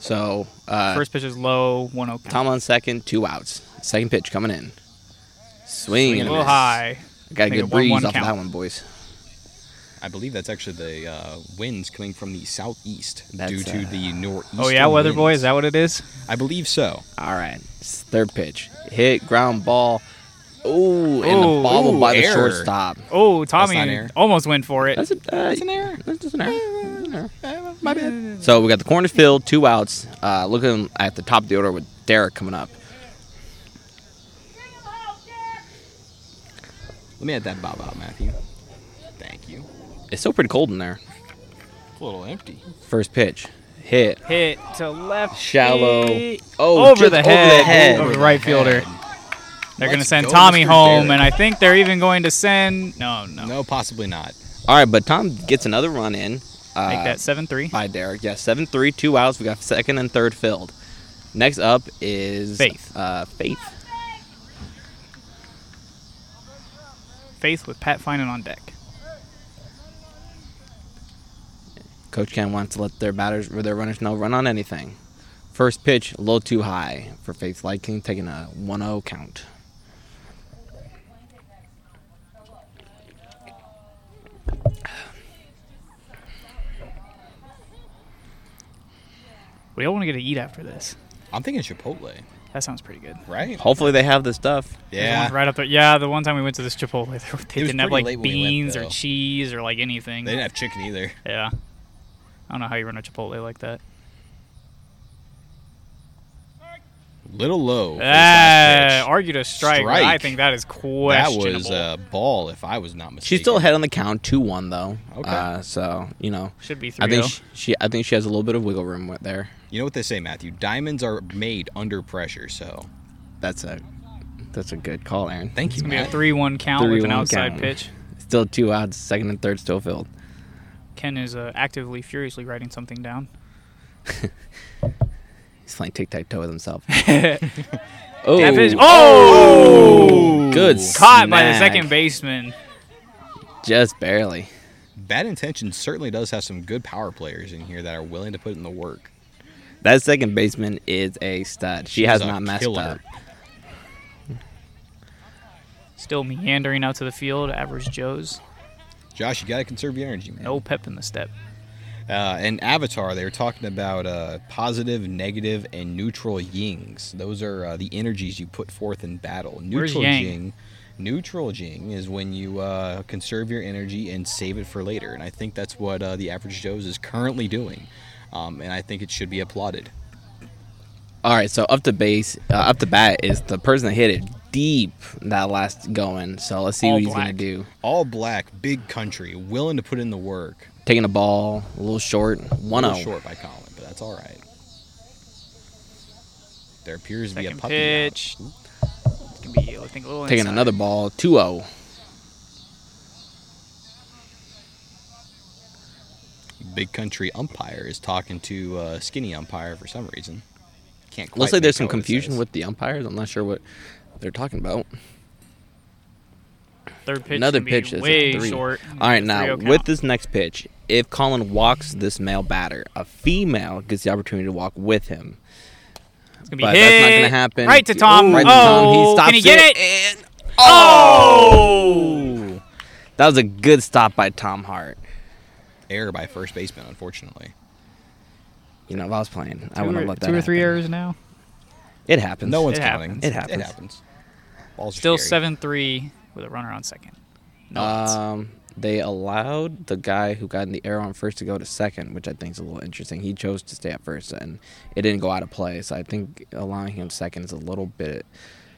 So uh,
First pitch is low, one oh. count.
Tom on second, two outs. Second pitch coming in. Swing.
a
and a
little
miss.
high.
Got a
Make it
good breeze
1-1
off of
count.
that one, boys.
I believe that's actually the uh, winds coming from the southeast
That's,
due to
uh,
the northeast.
Oh yeah, weather boy, is that what it is?
I believe so.
All right. S- Third pitch. Hit, ground ball. Ooh, and
Ooh,
the bobble
ooh,
by the
error.
shortstop.
Oh,
not
Tommy
air.
almost went for it.
That's, a, uh, that's
an error.
That's just an error. An error.
Uh,
My bad.
So we got the corners filled, two outs. Uh, looking at the top of the order with Derek coming up.
Let me add that bob out, Matthew. Thank you.
It's still pretty cold in there.
It's a little empty.
First pitch, hit,
Hit to left.
shallow.
feet.
Oh,
over
just
the
over the
head,
head.
of
Over
the
the
right fielder. They're going to
Let's
send
go,
Tommy
Mr.
home,
Derek.
and I think they're even going to send. No, no.
No, possibly not.
All right, but Tom gets another run in. Uh,
Make that 7 3.
By Derek. Yeah, 7 3, two outs. We got second and third filled. Next up is
Faith.
Uh, Faith.
Faith with Pat Finan on deck.
Coach Ken wants to let their batters or their runners know run on anything. First pitch, a little too high for Faith Lightning, taking a 1 0 count.
We all want to get to eat after this.
I'm thinking Chipotle,
That sounds pretty good.
right?
Hopefully they have the stuff.
There's one
Yeah.
right up there. Yeah, the one time we went to this Chipotle, [LAUGHS] they, they
was
didn't have
pretty
like
late when we went,
beans or
though.
cheese or like anything.
They didn't have chicken either.
yeah. I don't know how you run a Chipotle like that.
Little low. for his last
Ah,
pitch.
argued a strike. but I
Strike.
think that is
that
questionable.
was uh, a ball, if I was not mistaken.
She's still ahead on the count, 2 1, though.
Okay.
Uh, so, you know.
Should be 3
I think
0.
she, she, I think she has a little bit of wiggle room with there.
You know what they say, Matthew? Diamonds are made under pressure. So
That's a that's a good call, Aaron.
thank you,
It's gonna be a
Matt.
three-one count with an
3-1
outside
count.
pitch.
Still two outs, second and third still filled.
Ken is uh, actively, furiously writing something down.
He's playing tic tac toe with himself.
That
Oh,
pitch- oh!
good.
Caught by the
snag.
second baseman.
Just barely.
Bad Intentions certainly does have some good power players in here that are willing to put in the work.
That second baseman is a stud. She
She's
has
a
not messed
killer.
up.
Still meandering out to the field. Average Joe's.
Josh, you gotta conserve your energy, man.
No pep in the step.
Uh, and Avatar, they were talking about uh, positive, negative, and neutral yings. Those are uh, the energies you put forth in battle.
Where's
Neutral
yang?
ying. Neutral-ging is when you uh, conserve your energy and save it for later, and I think that's what uh, the average Joe's is currently doing, um, and I think it should be applauded.
All right, so up to base, uh, up to bat is the person that hit it deep that last going. So let's see
All
what he's gonna
black.
do.
All black, big country, willing to put in the work.
Taking the ball a little short, one oh.
little
zero.
short by Colin, but that's all right. There appears to be a
Second
puppy.
pitch. It's gonna be, I think, a little
Taking
inside.
another ball, oh. 2-0.
Out. Big country umpire is talking to uh, skinny umpire for some reason. Can't. Quite
Looks like there's
make
some
out what it
confusion
says.
with the umpires. I'm not sure what they're talking about.
Third pitch.
Another
gonna be
pitch is a
way
three.
short.
All right, now with
3-0 count.
this next pitch, if Colin walks this male batter, a female gets the opportunity to walk with him.
It's gonna be
But
hit.
that's not gonna happen.
Right to Tom.
Ooh, right to Tom. He
oh,
stops
can he get
it.
it?
Oh! That was a good stop by Tom Hart.
error by first baseman, unfortunately.
You know, if I was playing, I
Two
wouldn't
or-
have let that.
Two or three
happen.
errors now.
It happens.
No one's
It
counting.
happens.
It happens.
It happens. Balls are
Still
scary.
seven three with a runner on second. No outs.
Um, they allowed the guy who got in the error on first to go to second, which I think is a little interesting. He chose to stay at first, and it didn't go out of play. So I think allowing him second is a little bit,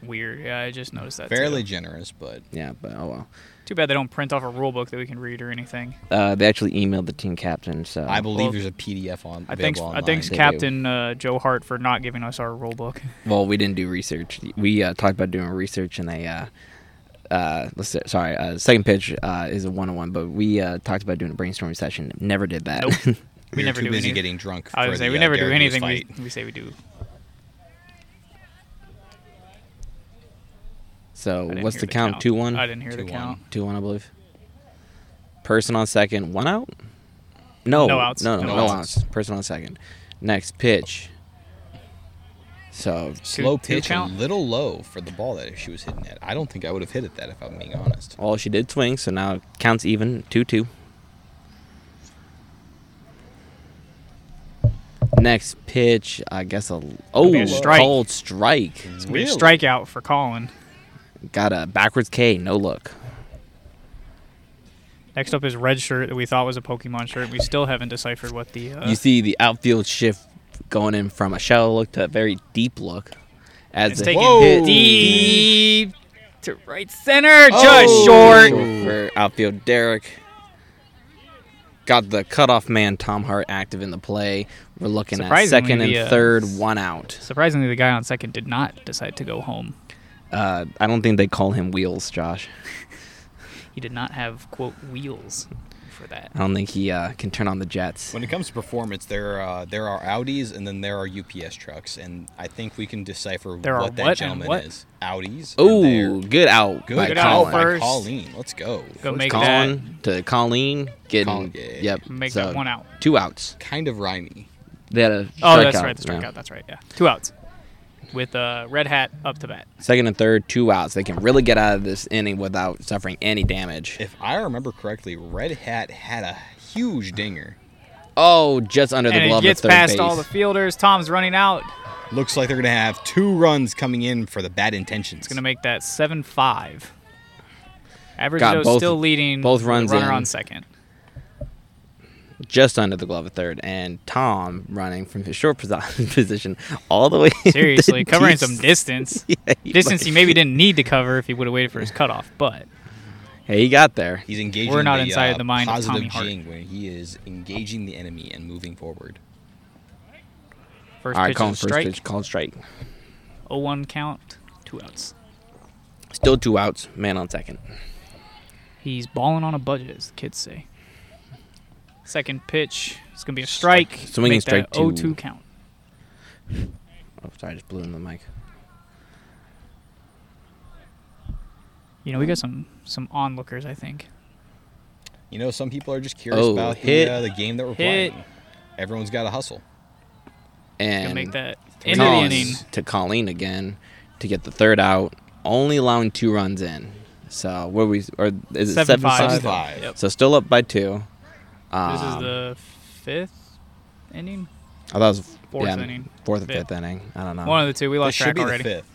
Weird. Yeah, I just noticed that.
Fairly
Too.
generous, but
yeah. But oh well.
too bad they don't print off a rule book that we can read or anything.
Uh, they actually emailed the team captain. So
I
Well,
believe there's a PDF on.
I thanks.
available
I thanks
They do.
online.
Captain uh, Joe Hart for not giving us our rule book. [LAUGHS]
well, we didn't do research. We uh, talked about doing research, and they. Uh, uh, let's say, sorry. Uh, second pitch uh, is a one-on-one, but we uh, talked about doing a brainstorming session. Never did that. [LAUGHS]
Nope.
We
We
were
never
too
do
busy
anything.
getting drunk.
I
for
was gonna say
the,
we
uh,
never do
Derek Lewis
anything. We,
fight.
we say we do.
so
I didn't
what's
hear
the count? Two-one.
I didn't hear the
2-1.
count.
Two-one, I believe. Person on second, one out. No,
No outs.
No, no,
No
no
outs.
outs. Person on second. Next pitch. So
Slow
two
pitch, a
count.
little low for the ball that she was hitting at. I don't think I would have hit it that if I'm being honest.
Well, she did swing, so now it counts even. 2 2. Next pitch, I guess a. Oh,
be a strike.
cold strike.
It's gonna be a strikeout for Colin.
Got a backwards K, no look.
Next up is red shirt that we thought was a Pokemon shirt. We still haven't deciphered what the. Uh,
You see the outfield shift going in from a shallow look to a very deep look. As
it's
the
taken
Whoa.
hit-
deep to right center,
Oh.
just short.
for outfield Derek. Got the cutoff man Tom Hart active in the play. We're looking at
Surprisingly,
second and
the, uh,
third, one out.
Surprisingly, the guy on second did not decide to go home.
Uh, I don't think they call him Wheels, Josh.
He did not have quote wheels for that.
I don't think he uh, can turn on the jets.
When it comes to performance, there uh, there are Audis and then there are UPS trucks, and I think we can decipher
There are
what that
what and
gentleman
what?
is. Audis. and
Oh,
they're-
good out
good,
by
Good out
call
Colin.
by
first.
Colleen. Let's go.
Go make that.
Colin to Colleen, getting
Colin, yeah.
yep.
Make
so
that one out.
Two outs.
Kind of rhymey.
They had a
Oh, that's
strikeout,
right. The
yeah.
strikeout. That's right. Yeah, two outs with uh, red hat up to bat.
Second and third, two outs. They can really get out of this inning without suffering any damage.
If I remember correctly, Red Hat had a huge dinger.
Oh, just under the
and it
glove
gets
of third
past
base.
all the fielders. Tom's running out.
Looks like they're gonna have two runs coming in for the bad intentions.
Gonna make that seven five. Average
Got
Joe's
both-
still leading.
both
with a
runs
Runner
in.
on second.
just under the glove of third, and Tom running from his short posi- [LAUGHS] position all the way. into [LAUGHS]
Seriously, covering some
deep-
distance.
[LAUGHS] Yeah, he
distance
like-
he maybe didn't need to cover if he would have waited for his cutoff, but
Hey, he got there.
He's engaging.
We're not
the,
inside
uh,
the mind of
positive
Tommy Hart.
jing when he is engaging the enemy and moving forward.
first
All right,
pitch
call
is
him
a
first
strike.
pitch, call strike.
0-1 count, two outs.
Still two outs, man on second.
He's balling on a budget, as the kids say. Second pitch, it's gonna be a strike.
Swing and
Make
strike
that 0-2
two.
count.
Oh, sorry, I just blew in the mic.
You know, we got some some onlookers, I think.
You know, some people are just curious
Oh,
about
hit.
the uh, the game that we're
Hit.
playing. Everyone's got to hustle.
And
Gonna make that
Colin
end of the inning.
to Colleen again to get the third out, only allowing two runs in. So what we or is it seven five?
Seven five.
Yep.
So still up by two. Um,
This is the fifth inning.
I thought it was
fourth
yeah,
inning.
Fourth or
Fifth.
fifth inning. I don't know.
One of the two. We
This
lost
should
track
be
already.
the fifth.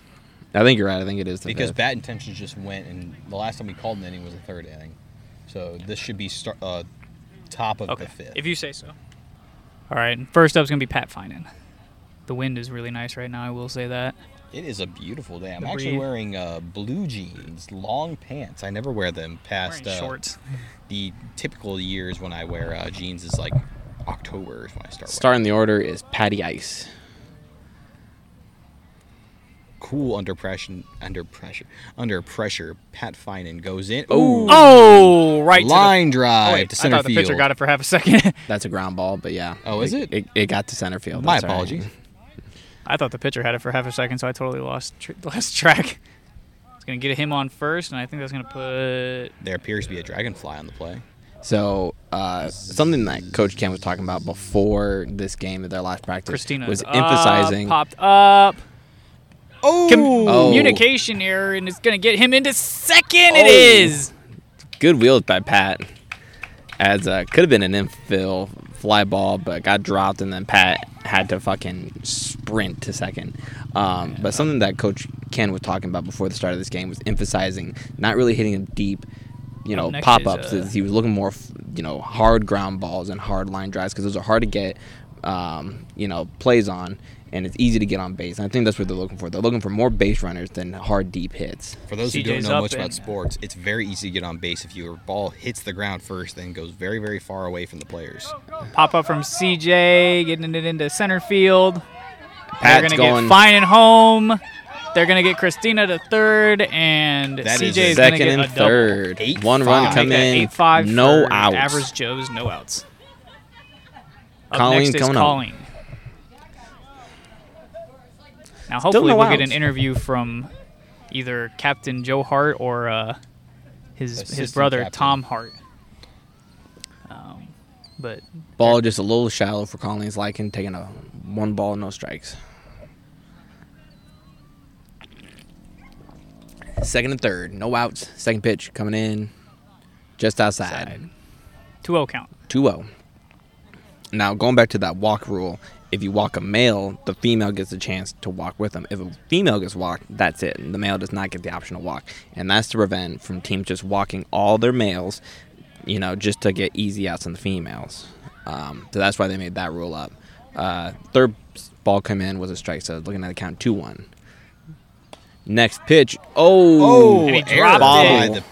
I think you're right. I think it is the
because
fifth.
bat intentions just went, and the last time we called an inning was the third inning. So this should be star- uh, top of
Okay.
the fifth.
If you say so. All right. First up is going to be Pat Finan. The wind is really nice right now, I will say that.
it is a beautiful day. I'm
The
actually
breeze.
wearing uh, blue jeans, long pants. I never wear them past
Wearing
uh,
shorts.
the typical years when I wear uh, jeans is like October is when I start.
Star in the order is Patty Ice.
wearing. Cool under pressure, under pressure, under pressure. Pat Finan goes in.
Ooh.
Ooh,
[LAUGHS] Oh, right.
line
to the,
drive
oh, wait, [LAUGHS]
to
I
center
thought the
field.
pitcher got it for half a second. [LAUGHS]
That's a ground ball, but yeah.
Oh, is it?
It, it got to center field.
My
That's all right.
apologies.
I thought the pitcher had it for half a second, so I totally lost tr- [LAUGHS] lost track. It's going to get him on first, and I think that's going to
There appears to be a dragonfly on the play.
So uh, something that Coach Ken was talking about before this game at their last
put
practice
Christina Ah,
was emphasizing.
popped up.
Oh,
Oh.
Communication error, and it's going to get him into second. It
Oh.
is.
Good wheels by Pat, as uh, could have been an infill fly ball, but got dropped, and then Pat had to fucking sprint to second. Um, But something that Coach Ken was talking about before the start of this game was emphasizing not really hitting him deep, you know,
next
pop
is,
ups.
uh,
he was looking more, f- you know, hard ground balls and hard line drives because those are hard to get, um, you know, plays on. And it's easy to get on base. And I think that's what they're looking for. They're looking for more base runners than hard, deep hits.
For those who don't
CJ's
know
up
much about
and-
sports, it's very easy to get on base if your ball hits the ground first, then goes very, very far away from the players.
Pop up from CJ, getting it into center field. They're
Pat's
gonna
going.
get fine and home. They're gonna get Christina to third, and
That is
CJ is gonna
second
get a
and
double.
third.
Eight,
One
five.
run come
Make that
in.
eight five.
no
for
outs.
Average Joe's no outs. Up
Colleen
next is
coming up.
Colleen. Now hopefully
no
we'll get
outs.
an interview from either Captain Joe Hart or uh, his his
Assistant
brother
captain.
Tom Hart. Um, but
Ball just a little shallow for Collins liking, taking a one ball, no strikes. Second and third, no outs. Second pitch coming in, just outside.
side. 2-0 count.
2 0. oh. Now, going back to that walk rule, if you walk a male, the female gets a chance to walk with them. If a female gets walked, that's it. The male does not get the option to walk. And that's to prevent from teams just walking all their males, you know, just to get easy outs on the females. Um, so that's why they made that rule up. Uh, third ball come in was a strike, so looking at the count 2 1. Next pitch. Oh,
And he
error
dropped
by
it.
the-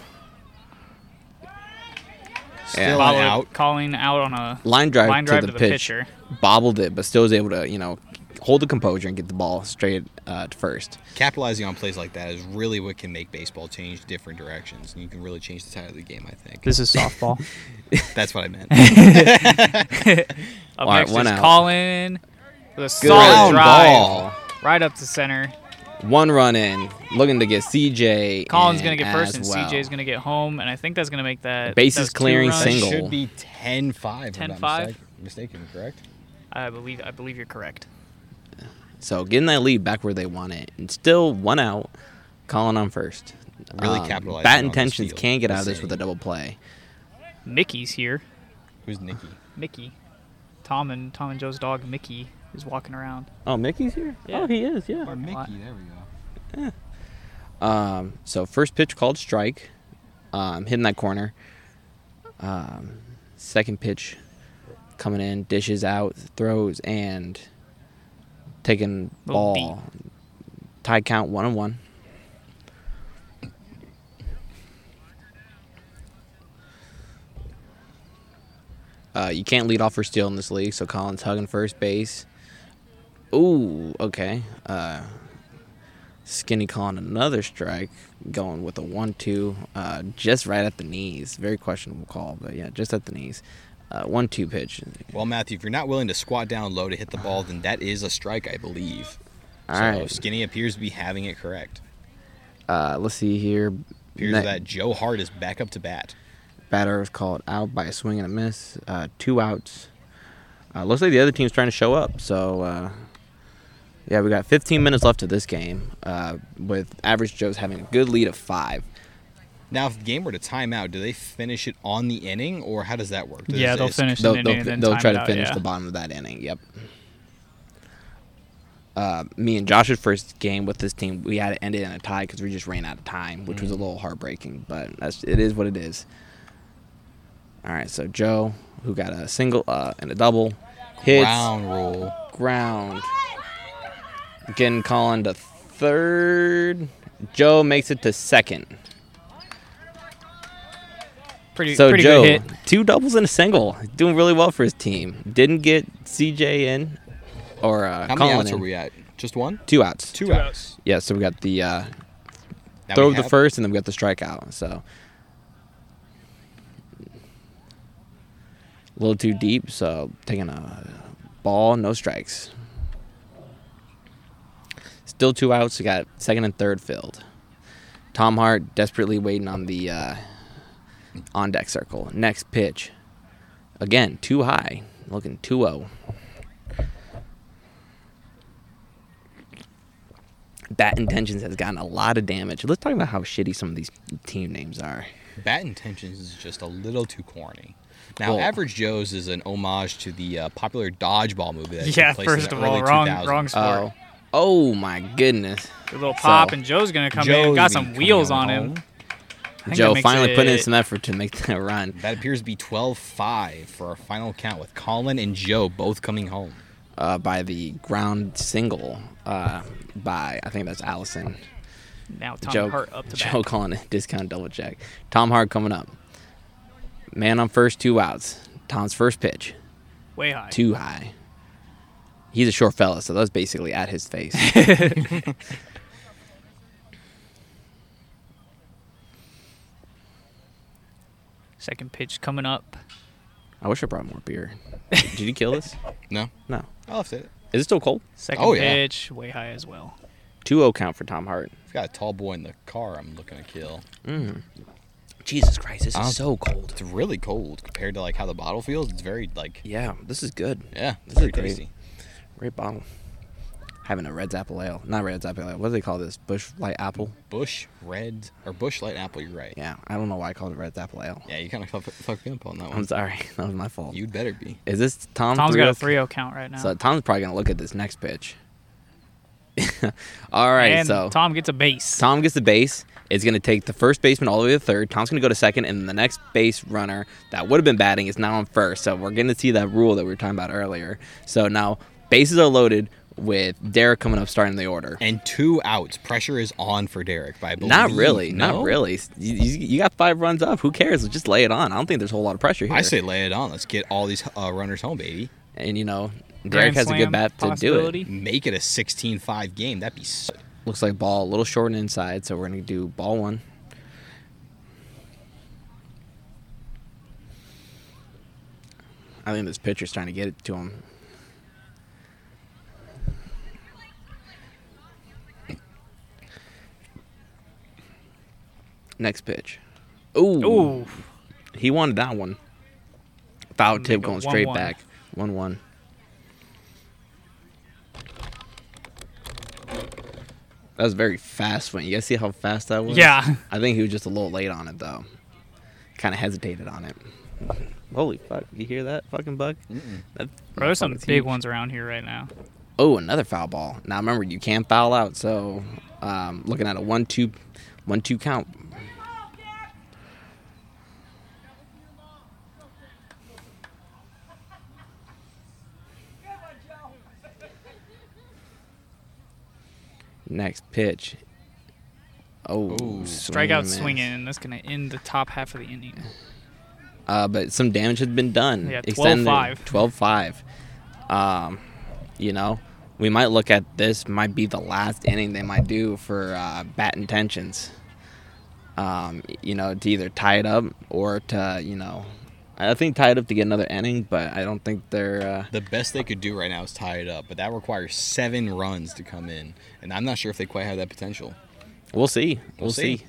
Yeah.
Still
Followed
out.
Calling out on a
line drive,
line drive
to, the, pitch.
pitcher.
bobbled it, but still was able to, you know, hold the composure and get the ball straight uh, to first.
Capitalizing on plays like that is really what can make baseball change different directions, and you can really change the tide of the game. I think
This is
[LAUGHS]
softball.
that's what I meant.
Up
All right,
next
one
is
out.
Colin with a solid
Ground
drive
ball.
right up to center.
One run in, looking to get CJ.
Colin's
in
gonna get first,
as
and
well.
CJ's gonna get home, and I think that's gonna make that
Bases
that's two
clearing
runs.
That
[LAUGHS] single.
should be 10-5. if I'm not
10-5?
mistake- mistaken, correct?
I believe I believe you're correct.
So getting that lead back where they want it, and still one out. Colin on first.
Really capitalizing
Bat
on this
intentions
deal.
can get out of this
Insane.
with a double play.
Mickey's here.
Who's Nikki?
Mickey, Tom and Tom and Joe's dog Mickey is walking around.
Oh, Mickey's here.
Yeah. Oh, he
is.
Or
Yeah.
Mickey, Lot.
There we go.
Um. So first pitch called strike. Um. Hitting that corner. Um. Second pitch, coming in, dishes out, throws, and taking
Little
ball. Tie count one and one. Uh, you can't lead off or steal in this league, so Collins hugging first base. Ooh, okay. Uh, skinny calling another strike, going with a one-two, uh, just right at the knees. Very questionable call, but yeah, just at the knees. Uh, one-two pitch.
Well, Matthew, if you're not willing to squat down low to hit the ball, then that is a strike, I believe.
All
so
right.
Skinny appears to be having it correct.
Uh, let's see here.
Appears
Ne-
that Joe Hart is back up to bat.
batter was called out by a swing and a miss. Uh, two outs. Uh, looks like the other team's trying to show up. So, uh, yeah, we got 15 minutes left of this game, uh, with Average Joe's having a good lead of five.
Now, if the game were to time out, do they finish it on the inning, or how does that work? Does-
Yeah, they'll
is-
finish.
They'll,
and
they'll,
then
they'll
time
try
it
to
out,
finish
yeah.
the bottom of that inning. Yep. uh, me and Josh's first game with this team, we had to end it in a tie because we just ran out of time, which was a little heartbreaking. But that's it is what it is. All right, so Joe, who got a single uh, and a double, hits
Round roll.
ground. Getting Colin to third. Joe makes it to second.
Pretty,
So
pretty
Joe,
good hit.
two doubles and a single, doing really well for his team. Didn't get CJ in or uh,
How many
Colin
outs are
in.
we at? Just one?
Two outs.
Two,
Two
outs.
outs.
Yeah, so we got the uh,
Now
throw
we
of the
have-
first, and then we got the strikeout. So a little too deep. So taking a ball, no strikes. Still two outs. We got second and third filled. Tom Hart desperately waiting on the uh, on deck circle. Next pitch, again too high, looking oh. 2-0. Bat intentions has gotten a lot of damage. Let's talk about how shitty some of these team names are.
Bat intentions is just a little too corny. Now,
Well-
Average Joe's is an homage to the uh, popular dodgeball movie that
Yeah,
took place in
first
the
of
early
all, wrong,
2000s.
wrong sport.
Oh, oh my goodness.
A little pop,
Oh, So,
and Joe's gonna come in.
Joe's
Got
be
some
coming
wheels on
on
him.
home.
I think
Joe
that makes
finally put in
it-
some effort to make that [LAUGHS] run.
That appears to be 12-5 for our final count, with Colin and Joe both coming home.
uh, by the ground single uh, by I think that's Allison.
Now Tom
Joe
Hart up to
Joe
bat.
calling it discount double check. Tom Hart coming up. Man on first, two outs. Tom's first pitch,
Way high.
too high. He's a short fella, so that's basically at his
[LAUGHS]
face.
Second pitch coming up.
I wish I brought more beer. Did you kill this?
No?
No.
I left it.
Is it still cold?
Second
Oh, yeah.
pitch, way high as well.
2-0 count for Tom Hart.
I've got a tall boy in the car I'm looking to kill.
Jesus Christ, this
Wow.
is so cold.
It's really cold compared to like how the bottle feels. It's very like
Yeah, this is good.
yeah,
This
it's
is
pretty
great.
tasty.
Great bottle. Having a Red's apple ale. Not Red's apple ale. What do they call this? Bush light apple?
Bush red or bush light apple. You're right.
Yeah,
Yeah,
I don't know why I called it Red's apple ale. [LAUGHS]
you kind of fuck, fucked me up on that
I'm
one.
sorry. [LAUGHS] That was my fault.
You'd better be.
Is this Tom?
Tom's got a
3
3-0 count right now.
So Tom's probably going to look at this next pitch. [LAUGHS] All right,
and
so Tom-,
Tom gets a base.
gets the base. It's going to take the first baseman all the way to third. Tom's going to go to second, and the next base runner that would have been batting is now on first. So we're going to see that rule that we were talking about earlier. So now bases are loaded with Derek coming up starting the order.
And two outs. Pressure is on for Derek. But I believe,
Not really.
no?
Not really. You, you, you got five runs up. Who cares? Just lay it on. I don't think there's a whole lot of pressure here.
I say lay it on. Let's get all these uh, runners home, baby.
And, you know, Derek
Grand
has a
slam
good bat to do it.
possibility.
Make it a 16-5 game. That'd be so.
Looks like ball a little short and inside, so we're going to do ball one. I think this pitcher's trying to get it to him. Next pitch. Ooh.
Ooh,
He wanted that one. Foul
Make
tip
it
going straight
1-1.
back. 1 1. That was a very fast one. You guys see how fast that was?
Yeah.
I think he was just a little late on it, though. Kind of hesitated on it. [LAUGHS] Holy fuck. You hear that fucking bug? That
bro, there's some
motherfucker's
big
huge.
ones around here right now.
Oh, another foul ball. Now remember, you can foul out, so um, looking at a 1 2, one, two count. Next pitch. Oh,
Ooh.
swing and
Strikeout
miss.
swinging, and that's gonna end the top half of the inning.
Uh, but some damage has been done.
Yeah,
Extended-
12-5.
12-5. Um, you know, we might look at this might be the last inning they might do for uh, bat intentions. Um, you know, to either tie it up or to you know, I think tie it up to get another inning, but I don't think they're. Uh,
The best they could do right now is tie it up, but that requires seven runs to come in, and I'm not sure if they quite have that potential.
we'll see. We'll,
We'll
see.
see.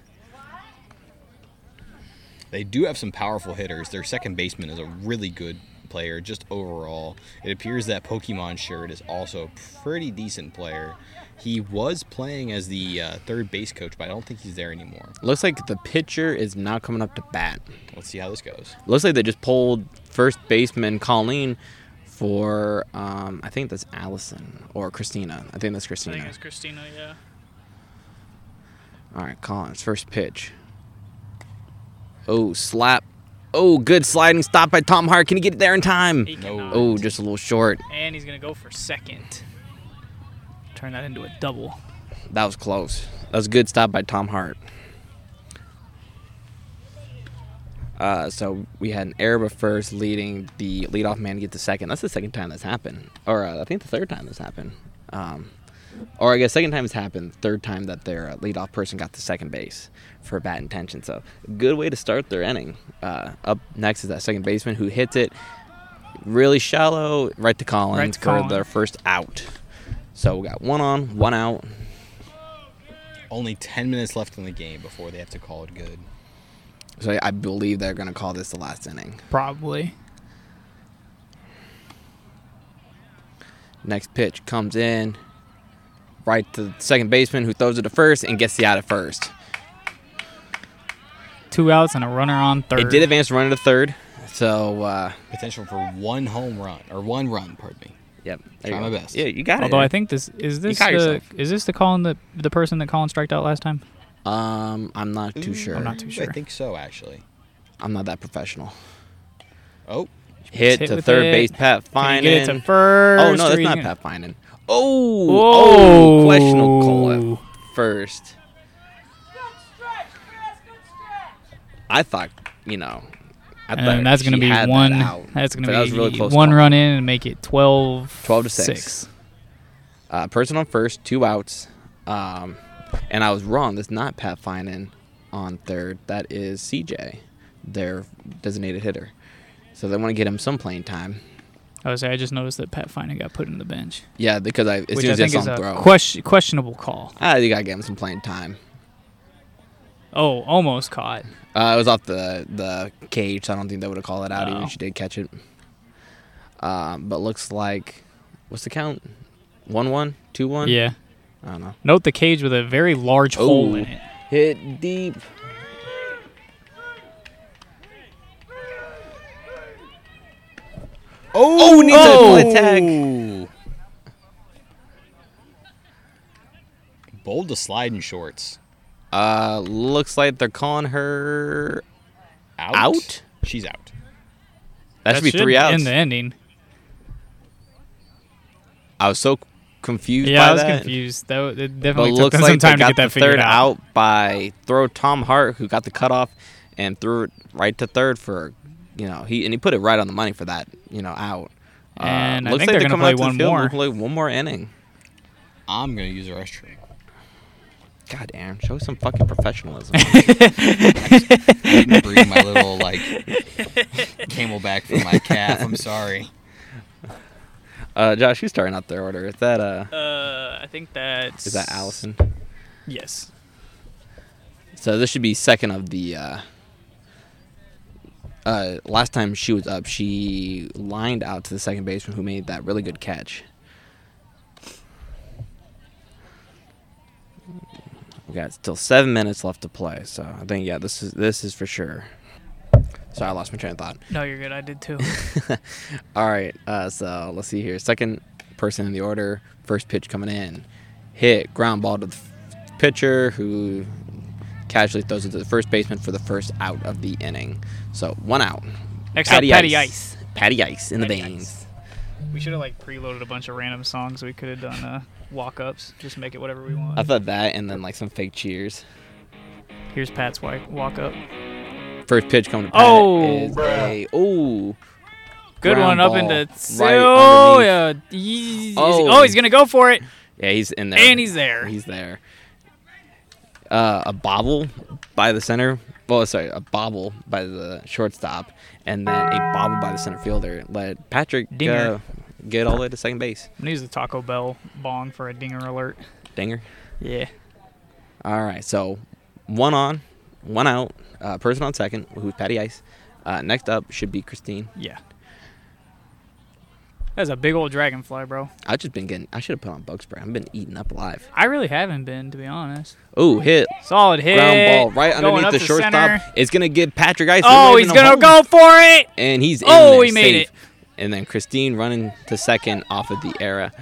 They do have some powerful hitters. Their second baseman is a really good player, just overall. It appears that Pokemon Shirt is also a pretty decent player. He was playing as the uh, third base coach, but I don't think he's there anymore.
Looks like the pitcher is now coming up to bat.
Let's see how this goes.
Looks like they just pulled first baseman Colleen for um, I think that's Allison or Christina. I think that's
I
Christina.
think it's Christina. Yeah.
All right, Collins, first pitch. Oh, slap. Oh, good sliding stop by Tom Hart. Can he get it there in time?
He
No.
cannot.
Oh, just a little short.
And he's gonna go for second. Turn that into a double.
That was close. That was a good stop by Tom Hart. Uh, so we had an error but first leading the leadoff man to get the second. That's the second time that's happened. Or uh, I think the third time this happened. Um, or I guess second time it's happened, third time that their uh, leadoff person got to second base for bat intention. So good way to start their inning. Uh, up next is that second baseman who hits it really shallow right to Collins
Right to
for
Collins.
their first out. So we got one on, one out.
Only 10 minutes left in the game before they have to call it good.
So I- I believe they're going to call this the last inning.
Probably.
Next pitch comes in right to the second baseman who throws it to first and gets the out at first.
Two outs and a runner on third.
It did advance running to third. So, uh,
Potential for one home run, or one run, pardon me.
yep. there
Try
you
my
go.
best.
Yeah, you got
Although
it.
I think this is this
caught
the
yourself.
is this the Colin the the person that Colin striked out last time?
Um, I'm not too sure.
Mm. I'm not too
I
sure.
think so, actually.
I'm not that professional.
Oh,
Hit,
hit
to
with
third
it.
base, Pat
Can
Finan.
you get it to first.
oh, no,
or
that's
you
not
can-
Pat Finan. Oh, oh, questionable call
Oh.
at first. I thought, you know, I
And
thought
then that's gonna
she
be
had that
one.
out,
that's gonna
but
be
that was really close
one
call.
run in and make it 12,
12 to six. Uh, person on first, two outs. Um, and I was wrong. That's not Pat Finan on third. That is CJ, their designated hitter. So they want to get him some playing time.
I was say I just noticed that Pat Finan got put in the bench,
Yeah, because I as
which
soon
I
as it's
think
on
is a
throw,
question, questionable call.
ah, you gotta get him some playing time.
Oh, almost caught.
Uh, it was off the the cage, so I don't think they would have called it out even
No.
if she did catch it. Um, but looks like what's the count? One one, two one.
Yeah.
I don't know.
Note the cage with a very large hole in
Ooh.
it.
Hit deep.
oh,
needs a
no! Bold to slide in shorts.
Uh, looks like they're calling her.
Out.
Out?
She's out.
That, should be three outs.
in the ending.
I was so c- confused.
Yeah,
by
I was
that.
confused. That w- it
But
definitely took
looks
them
like
some time
they
to
got
get that
the third
figured out.
out by throw Tom Hart, who got the cutoff and threw it right to third for, you know, he and he put it right on the money for that, you know, out. Uh,
And I
looks
think
like
they're gonna
coming
play
out to the
one
field.
more.
We'll play one more inning.
I'm going to use a restroom.
God, Aaron, show some fucking
[LAUGHS]
professionalism.
I didn't bring my
[LAUGHS]
little, like, camelback for my calf. I'm sorry.
uh, Josh, who's starting out their order? Is that uh,
Uh, I think that's
is that Allison?
Yes.
So this should be second of the. Uh, uh, last time she was up, she lined out to the second baseman who made that really good catch. We got still seven minutes left to play, so I think yeah, this is this is for sure. Sorry, I lost my train of thought.
No, you're good.
[LAUGHS]
I did too.
All right, uh, so let's see here. Second person in the order, first pitch coming in, hit ground ball to the f- pitcher who casually throws it to the first baseman for the first out of the inning. So one out.
Next up, Patty Ice.
Patty Ice in
Patty
the veins.
Ice. We should have like preloaded a bunch of random songs. We could have done uh, walk ups. Just make it whatever we want.
I thought that, and then like some fake cheers.
Here's Pat's walk up.
First pitch coming to Pat
Oh,
is a ooh.
Good
Ground
one up
ball
into
right
oh yeah.
underneath.
Ye-
Oh.
oh, he's gonna go for it,
Yeah, he's in there.
and he's there.
He's there. Uh, a bobble by the center. Well, sorry, a bobble by the shortstop, and then a bobble by the center fielder. Let Patrick
Dinger.
go get all the way to second base.
Needs the Taco Bell bong for a dinger alert.
Dinger.
Yeah.
All right, so one on, one out. Uh, person on second, who's Patty Ice. Uh, next up should be Christine.
Yeah. That's a big old dragonfly, bro.
I've just been getting. I should have put on bug spray. I've been eating up alive.
I really haven't been, to be honest.
Ooh, hit
Solid hit.
ground ball right
Going
underneath
up
the
to
shortstop.
center.
It's gonna give Patrick Ice. the
Oh,
wave
he's
and a
gonna
home.
go for it.
and he's in
Oh,
there,
he made
safe. and then Christine running to second off of the era.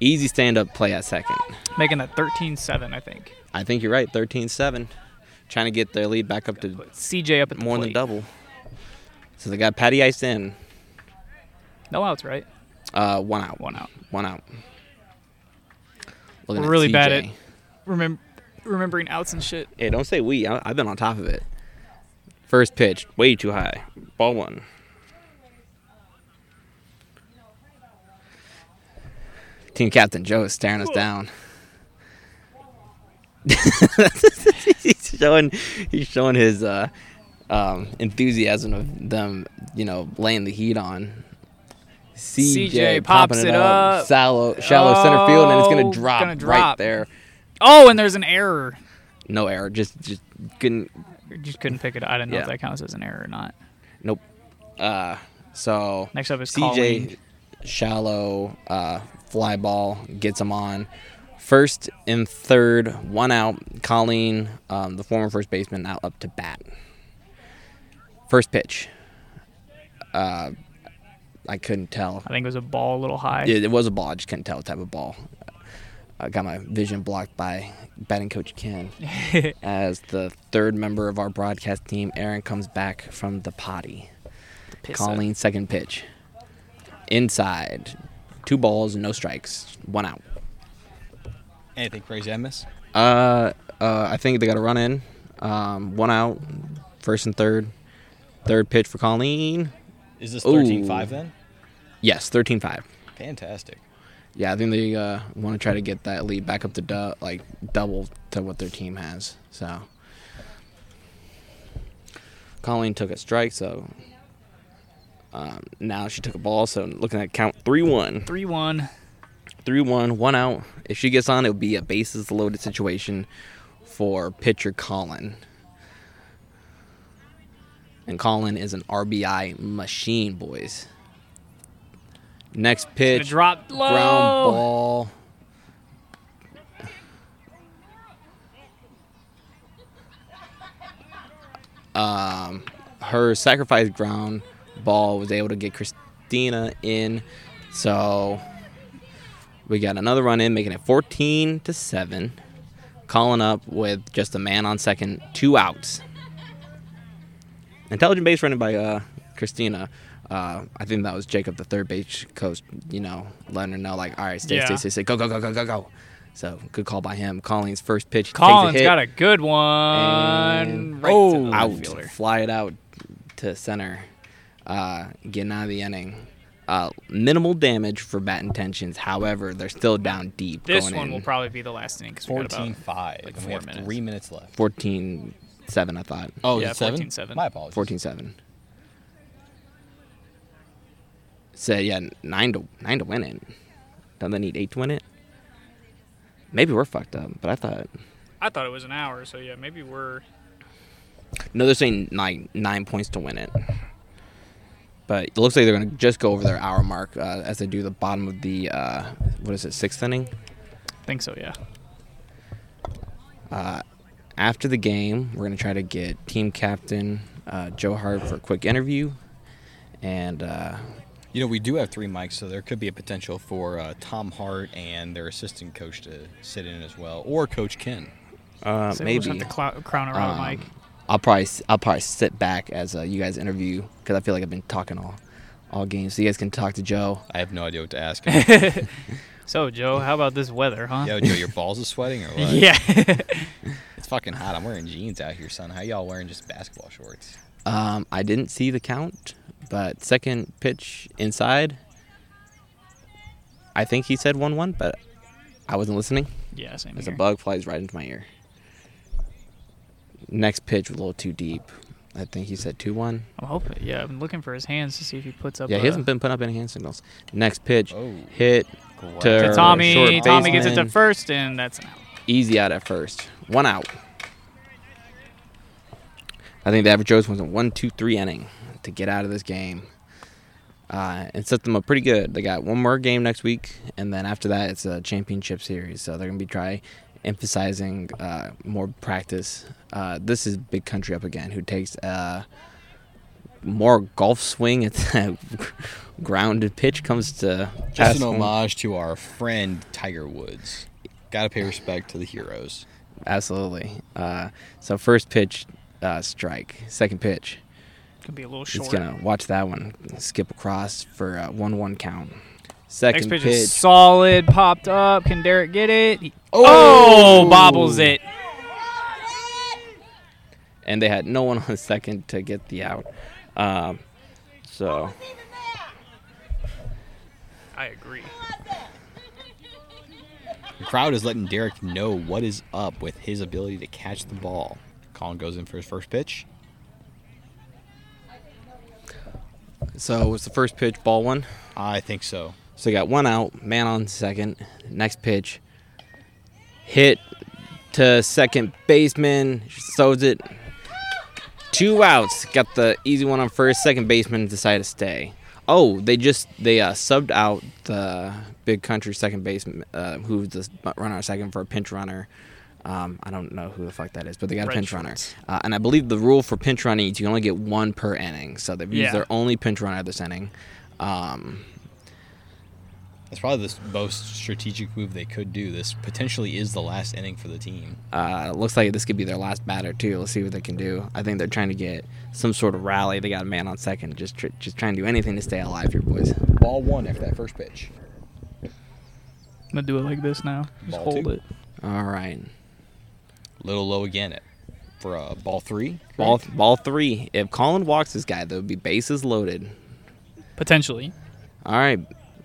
Easy stand up play at second.
Making that 13-7, I think.
I think you're right, 13 7. Trying to get their lead back up to
Put CJ up at the
more than
plate.
double. So they got Patty Ice in,
No outs, right?
uh, one out.
One out.
One out. Looking
We're really
CJ.
bad at- Remember, remembering outs and shit.
Hey, don't say we. I, I've been on top of it. First pitch, way too high. Ball one. Team captain Joe is staring us down. [LAUGHS] he's showing, he's showing his uh, um, enthusiasm of them, you know, laying the heat on. CJ,
CJ
popping
pops
it
it
up,
up.
Shallow, shallow center field, and it's
Oh,
gonna drop,
gonna drop.
right there.
Oh, and there's an error.
No error, just just couldn't
You just couldn't pick it. up. I don't know
Yeah.
if that counts as an error or not.
Nope. Uh, so
Next up is
CJ
Colleen.
shallow uh, fly ball gets him on first and third, one out. Colleen, um, the former first baseman, now up to bat. First pitch. Uh, I couldn't tell.
I think it was a ball a little high.
It, it was a ball. I just couldn't tell what type of ball. I got my vision blocked by batting coach
[LAUGHS]
Ken. As the third member of our broadcast team, Aaron comes back from the potty.
Piss
Colleen second pitch. Inside. Two balls, no strikes, one out.
Anything crazy I miss?
Uh, uh I think they got a run in. Um, one out, first and third. Third pitch for Colleen.
Is this
Ooh.
13-5 then?
Yes, 13-5.
Fantastic.
Yeah, I think they uh, want to try to get that lead back up to du- like double to what their team has. So Colleen took a strike, so um, now she took a ball. So looking at count three one.
Three one.
three one one out. If she gets on, it'll be a bases loaded situation for pitcher Colin. And Colin is an RBI machine, boys. Next
It
pitch,
dropped low.
ground ball. Um, her sacrifice ground ball was able to get Christina in, so we got another run in, making it 14 to seven. Calling up with just a man on second, two outs. Intelligent base running by uh, Christina. Uh, I think that was Jacob, the third base coach. You know, letting her know like, all right, stay,
Yeah.
stay, stay, stay, go, go, go, go, go, go. So good call by him. Colleen's first pitch.
Collins
takes a hit
got a good one.
And-
right to the
out,
left fielder.
Oh, fly it out to center, uh, getting out of the inning. Uh, minimal damage for bat intentions. However, they're still down deep.
This
going
one
in.
will probably be the last inning because we got about
14-5. and we
four
have
minutes.
three minutes left.
14 7, I thought.
Oh,
Yeah,
is it seven?
14-7.
My apologies.
14 7. So, yeah, 9 to 9 to win it. Don't they need 8 to win it? Maybe we're fucked up, but I thought.
I thought it was an hour, so yeah, maybe we're.
No, they're saying nine, nine points to win it. But it looks like they're going to just go over their hour mark uh, as they do the bottom of the, uh, what is it, sixth inning?
I think so,
Uh,
yeah.
After the game, we're going to try to get team captain uh, Joe Hart for a quick interview. And uh,
You know, we do have three mics, so there could be a potential for uh, Tom Hart and their assistant coach to sit in as well, or Coach Ken.
uh,
So We'll just
maybe.
have to clou- crown her out,
um,
Mike.
I'll probably s- I'll probably sit back as uh, you guys interview because I feel like I've been talking all all game, so you guys can talk to Joe.
I have no idea what to ask. Him.
[LAUGHS] So, Joe, how about this weather, huh? [LAUGHS]
Yo, Joe, your balls are sweating or
[LAUGHS]
what?
yeah.
It's fucking hot. I'm wearing jeans out here, son. How y'all wearing just basketball shorts?
Um, I didn't see the count, but second pitch inside. I think he said one one, but I wasn't listening.
yeah, same
As
here.
a bug flies right into my ear. Next pitch was a little too deep. I think he said two one.
I'm hoping. Yeah, I'm looking for his hands to see if he puts up.
Yeah,
a,
he hasn't been putting up any hand signals. Next pitch
Oh.
hit
Great.
to
To
Or
Tommy.
short
Tommy gets it to
baseman.
first, and that's an out.
easy out at first. One out. I think the average Joe's was a one, two, three inning to get out of this game. Uh, and set them up pretty good. They got one more game next week, and then after that, it's a championship series. So they're gonna be try emphasizing uh, more practice. Uh, this is Big Country up again, who takes uh, more golf swing at [LAUGHS] that grounded pitch comes to
Just
pass-
an homage to our friend Tiger Woods. Gotta pay respect to the heroes.
Absolutely. Uh, so first pitch, uh, strike. Second pitch,
Could be a little
he's
short.
gonna watch that one. Skip across for a one-one count. Second
Next pitch,
pitch.
is solid, popped up. Can Derek get it? He-
Oh!
oh, bobbles it.
and they had no one [LAUGHS] on second to get the out. Um, so
I agree.
The crowd is letting Derek know what is up with his ability to catch the ball. Colin goes in for his first pitch.
so it was the first pitch, ball one.
I think so.
So you got one out, man on second. Next pitch, hit to second baseman, throws it. Two outs. Got the easy one on first. Second baseman decided to stay. Oh, they just they uh, subbed out the big country second baseman, uh, who was the runner on second for a pinch runner. Um, I don't know who the fuck that is, but they got a
Red
pinch
shorts.
runner. Uh, and I believe the rule for pinch running is you can only get one per inning. So they've used
Yeah.
their only pinch runner this inning. Um,
That's probably the s- most strategic move they could do. This potentially is the last inning for the team.
Uh, looks like this could be their last batter too. Let's see what they can do. I think they're trying to get some sort of rally. They got a man on second, just tr- just trying to do anything to stay alive here, boys.
Ball one after that first pitch.
I'm gonna do it like this now. Just
Ball
hold
two.
it.
All right,
Little low again at, for uh, ball three. correct?
ball ball three. If Colin walks this guy, there'll be bases loaded.
Potentially.
All right,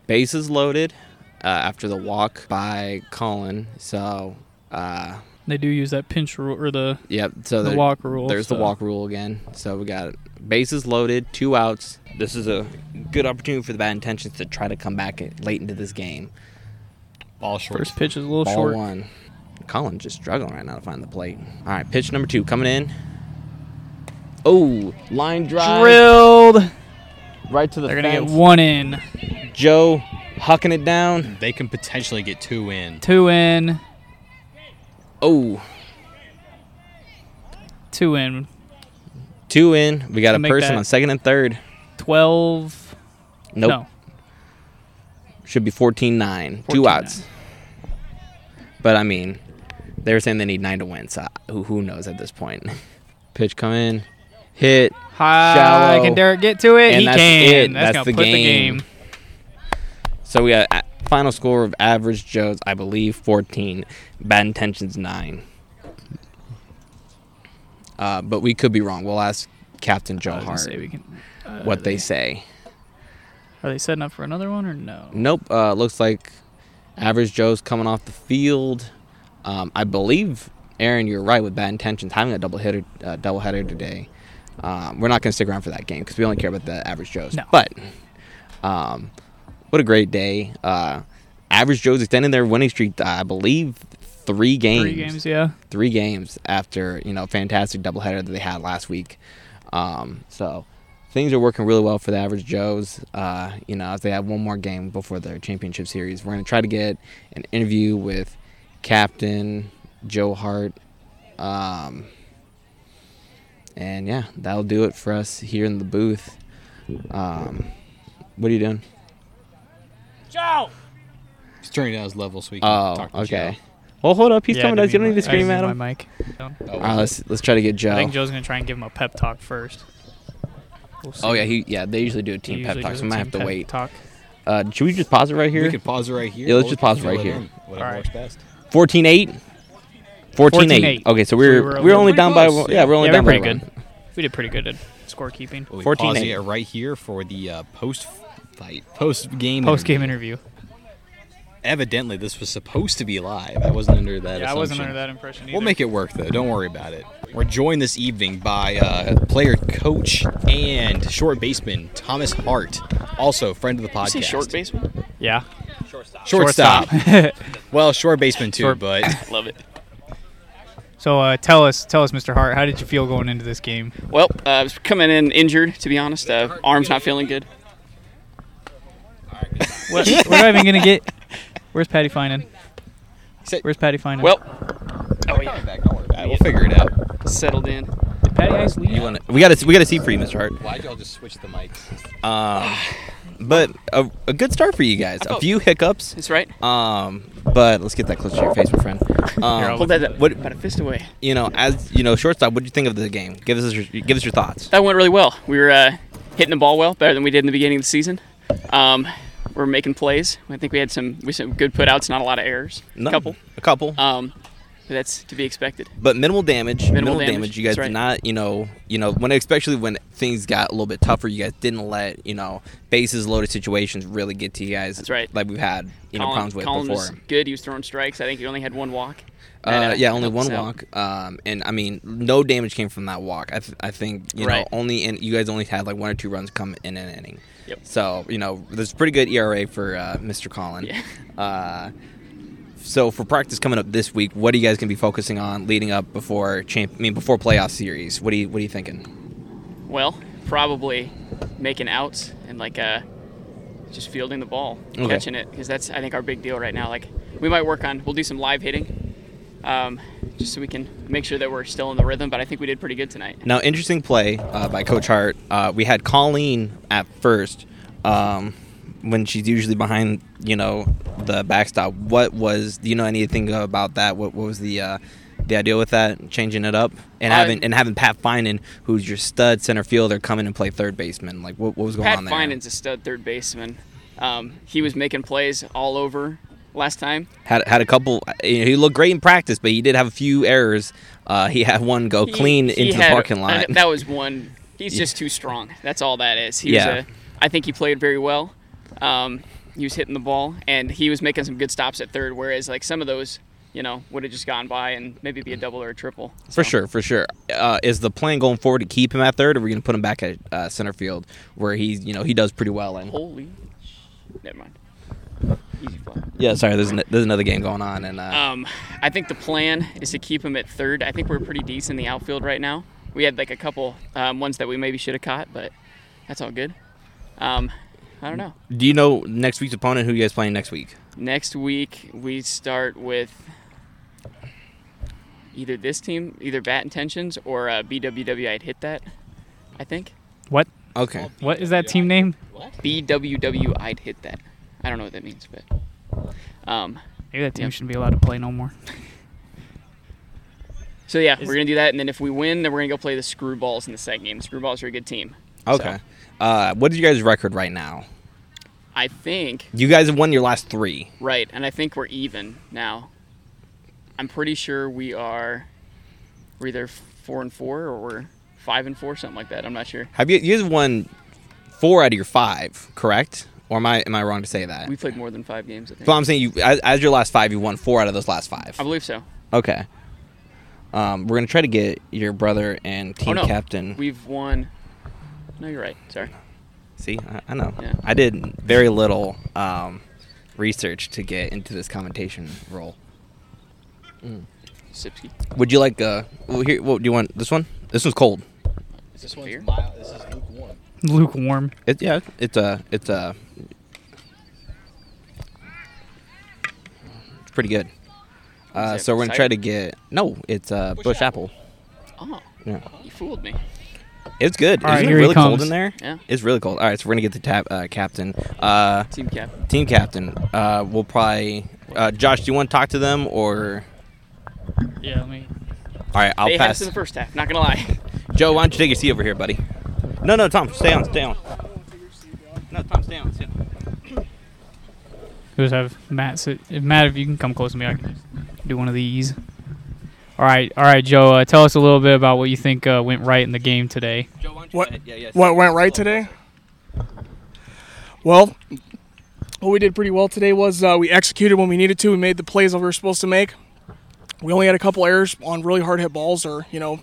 bases loaded uh, after the walk by Colin. So. Uh,
They do use that pinch rule or the
Yep. So
The
there-
walk rule,
There's the
so-
walk rule again. So we got bases loaded, two outs. This is a good opportunity for the bad intentions to try to come back at- late into this game.
Ball short.
first pitch is a little
Ball
short.
one. Colin's just struggling right now to find the plate. All right, pitch number two coming in. Oh, line drive
Drilled.
right to the
They're gonna
fence.
get one in,
Joe hucking it down.
They can potentially get two in.
two in,
Oh,
two in.
two in. We got
Gotta
a
make
person
that-
on second and third.
Twelve.
Nope.
No.
should be 14 9, two
14-9.
outs. But I mean, they were saying they need nine to win, so who, who knows at this point? [LAUGHS] Pitch come in, hit,
High.
Shallow.
Can Derek get to it?
And
he
that's
can.
it.
That's,
That's
gonna
the
put
game.
the game.
So we got a final score of average Joe's, I believe, 14, bad intentions 9. Uh, but we could be wrong. We'll ask Captain Joe
I was gonna
Hart
say we can- uh,
what they say.
Are they setting up for another one or no?
Nope. Uh, looks like average Joe's coming off the field. Um, I believe Aaron, you're right with bad intentions. Having a double hitter, uh, double header today. Um, we're not going to stick around for that game because we only care about the average Joe's.
No.
But um, what a great day! Uh, average Joe's extending their winning streak. to, I believe three games.
Three games, yeah.
Three games after you know fantastic doubleheader that they had last week. Um, so things are working really well for the average Joes. Uh, you know, if they have one more game before their championship series, we're going to try to get an interview with Captain Joe Hart. Um, and yeah, that'll do it for us here in the booth. Um, what are you doing?
Joe.
He's turning down his level so we can
Oh,
talk to
okay. Well, Oh, hold up. He's coming to us. You don't need to scream at him.
My mic. Down.
Joe.
All
Oh,
right, Uh, let's let's try to get Joe.
I think Joe's gonna try and give him a pep talk first. We'll see.
Oh yeah, he yeah. They usually do a
He
team pep
usually
talk,
does
so
a
we might
team
have to
pep
wait.
Talk.
Uh, should we just pause it right
we
here?
can pause it right here.
Yeah, let's
or
just
we can
pause it
fill
right
it
here.
in, Whatever
All right.
works best.
14 8 14 8
14-8.
okay so
So
we're
we were
we're,
over-
only
Pretty
down
close,
by yeah we're only
yeah, we're
down
pretty
by
good.
one.
We did pretty good at scorekeeping. [LAUGHS]
Well, we
14
pause
eight.
it right here for the uh, post fight, post game,
Post game interview.
Evidently, this was supposed to be live. I wasn't under that.
Yeah, I wasn't under
assumption.
that impression either.
We'll make it work though. Don't worry about it. We're joined this evening by uh, player coach and short baseman Thomas Hart, also friend of the podcast.
Say short baseman?
Yeah.
Shortstop. [LAUGHS] well, short baseman too,
Short-
but
Love it.
so uh, tell us, tell us, Mr. Hart, how did you feel going into this game?
Well, uh, I was coming in injured, to be honest. Uh, arm's not feeling good.
What, we're not even gonna get. Where's Patty Finan?
Sit.
Where's Patty Finan?
Well, oh yeah,
All right, we'll figure it out.
settled in.
Patty Ice lead.
You wanna, we got to we got to see for you, Mr. Hart.
Why'd y'all just switch the mics?
But a, a good start for you guys. A few hiccups.
That's right.
Um, but let's get that closer to your face, my friend. Um,
Hold that up.
what-
about a fist away.
you know, as you know, shortstop. What do you think of the game? Give us your, give us your thoughts.
That went really well. We were uh, hitting the ball well, better than we did in the beginning of the season. Um, we're making plays. I think we had some we had some good putouts, not a lot of errors.
None.
couple.
a couple,
Um, but that's to be expected.
but minimal damage. Minimal, damage.
damage,
You guys
that's
did
right.
not, you know, you know, when especially when things got a little bit tougher, you guys didn't let you know bases loaded situations really get to you guys.
That's right.
Like we've had you know problems with
Colin
before.
was good. He was throwing strikes. I think he only had one walk. That,
Uh, yeah, only
helped
one
us out.
walk. Um, and I mean, no damage came from that walk. I, th- I think you
Right.
know only in, you guys only had like one or two runs come in an inning.
Yep.
So you know there's pretty good ERA for uh, Mr. Collin.
Yeah.
[LAUGHS] Uh, so for practice coming up this week, what are you guys gonna be focusing on leading up before champ? I mean before playoff series. What are you What are you thinking?
Well, probably making outs and like uh, just fielding the ball,
Okay.
catching it, because that's I think our big deal right now. Like we might work on, we'll do some live hitting, um, just so we can make sure that we're still in the rhythm. But I think we did pretty good tonight.
Now, interesting play uh, by Coach Hart. Uh, we had Colleen at first um, when she's usually behind, you know, the backstop. What was do you know anything about that? What, what was the uh, the idea with that? Changing it up and
Uh,
having and having Pat Finan, who's your stud center fielder, come in and play third baseman. Like what, what was going
Pat
on there?
Finan's a stud third baseman. Um, he was making plays all over last time.
had had a couple. You know, he looked great in practice, but he did have a few errors. Uh, he had one go
He-
clean
he
into the
had-
parking lot.
uh, [LAUGHS] that was one. He's just too strong. That's all that is. He
Yeah.
was a, I think he played very well. Um, he was hitting the ball and he was making some good stops at third. Whereas like some of those, you know, would have just gone by and maybe be a double or a triple.
For
So,
sure, for sure. Uh, is the plan going forward to keep him at third, or are we going to put him back at uh, center field where he's you know he does pretty well? And
Holy, sh- never mind. Easy fly.
yeah, sorry, there's an, there's another game going on, and uh,
Um, I think the plan is to keep him at third. I think we're pretty decent in the outfield right now. We had like a couple um, ones that we maybe should have caught, but that's all good. Um, I don't know.
do you know next week's opponent? Who you guys playing next week?
Next week we start with either this team, either bat intentions or uh, BWW. I'd hit that, I think.
What?
Okay,
What is that team name?
BWW. I'd hit that. I don't know what that means, but um,
Maybe that team
Yep.
shouldn't be allowed to play no more. [LAUGHS]
so yeah,
Is-
we're gonna do that, and then if we win, then we're gonna go play the Screwballs in the second game. The Screwballs are a good team.
okay. Uh, what is your guys' record right now?
I think
You guys have won your last three.
right, and I think we're even now. I'm pretty sure we are. We're either four and four or we're five and four, something like that. I'm not sure.
Have you you guys won four out of your five? Correct? Or am I am I wrong to say that?
We played more than five games. I think.
But I'm saying you as, as your last five, you won four out of those last five.
I believe so.
Okay. Um, we're gonna try to get your brother and team
oh no,
captain.
We've won. No, you're right. Sorry.
See, I, I know.
Yeah.
I did very little um, research to get into this commentation role.
Sipsky.
Would you like? Uh, well, here. What do you want? This one? This one's cold.
Is this beer?
This is lukewarm.
Lukewarm.
It, yeah. It's uh, It's uh, It's pretty good. Uh,
it
so we're gonna try
cider?
to get. No, it's uh, bush,
Bush
apple.
Oh,
Yeah.
you fooled me.
It's good.
All right,
Isn't it
here he
really cold
comes.
in there?
Yeah.
It's really cold. All right, so we're gonna get the tap uh, captain. Uh,
Team cap.
team captain. Uh, we'll probably. Uh, Josh, do you want to talk to them or?
Yeah, let me.
All right, I'll
they had
pass.
us in the first half. Not gonna lie. [LAUGHS]
Joe, why don't you take your seat over here, buddy? No, no, Tom, stay on, stay on. No, Tom, stay on, stay on.
Who's have Matt sit? If Matt, if you can come close to me, I can do one of these. All right, all right, Joe. Uh, tell us a little bit about what you think uh, went right in the game today.
Joe, why don't you?
What-
Yeah, yeah,
What went right today? Well, what we did pretty well today was uh, we executed when we needed to. We made the plays that we were supposed to make. We only had a couple errors on really hard hit balls or, you know,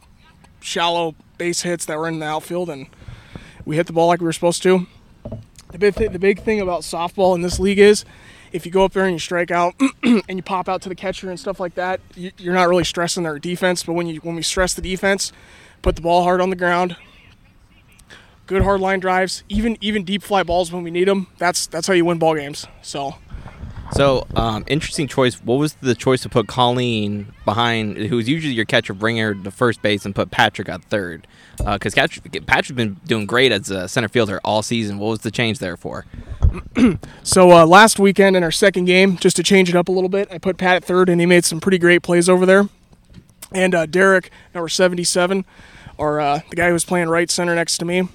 shallow base hits that were in the outfield, and we hit the ball like we were supposed to. The big, th- the big thing about softball in this league is if you go up there and you strike out [CLEARS THROAT] and you pop out to the catcher and stuff like that, you- you're not really stressing their defense. But when, you, when we stress the defense, put the ball hard on the ground, good hard line drives, even even deep fly balls when we need them. That's that's how you win ball games. So
So, um, interesting choice. What was the choice to put Colleen behind, who's usually your catcher bringer to first base, and put Patrick at third? Because Patrick, Patrick's been doing great as a center fielder all season. What was the change there for?
So uh, last weekend in our second game, just to change it up a little bit, I put Pat at third, and he made some pretty great plays over there. And uh, Derek, number 77, or uh, the guy who was playing right center next to me,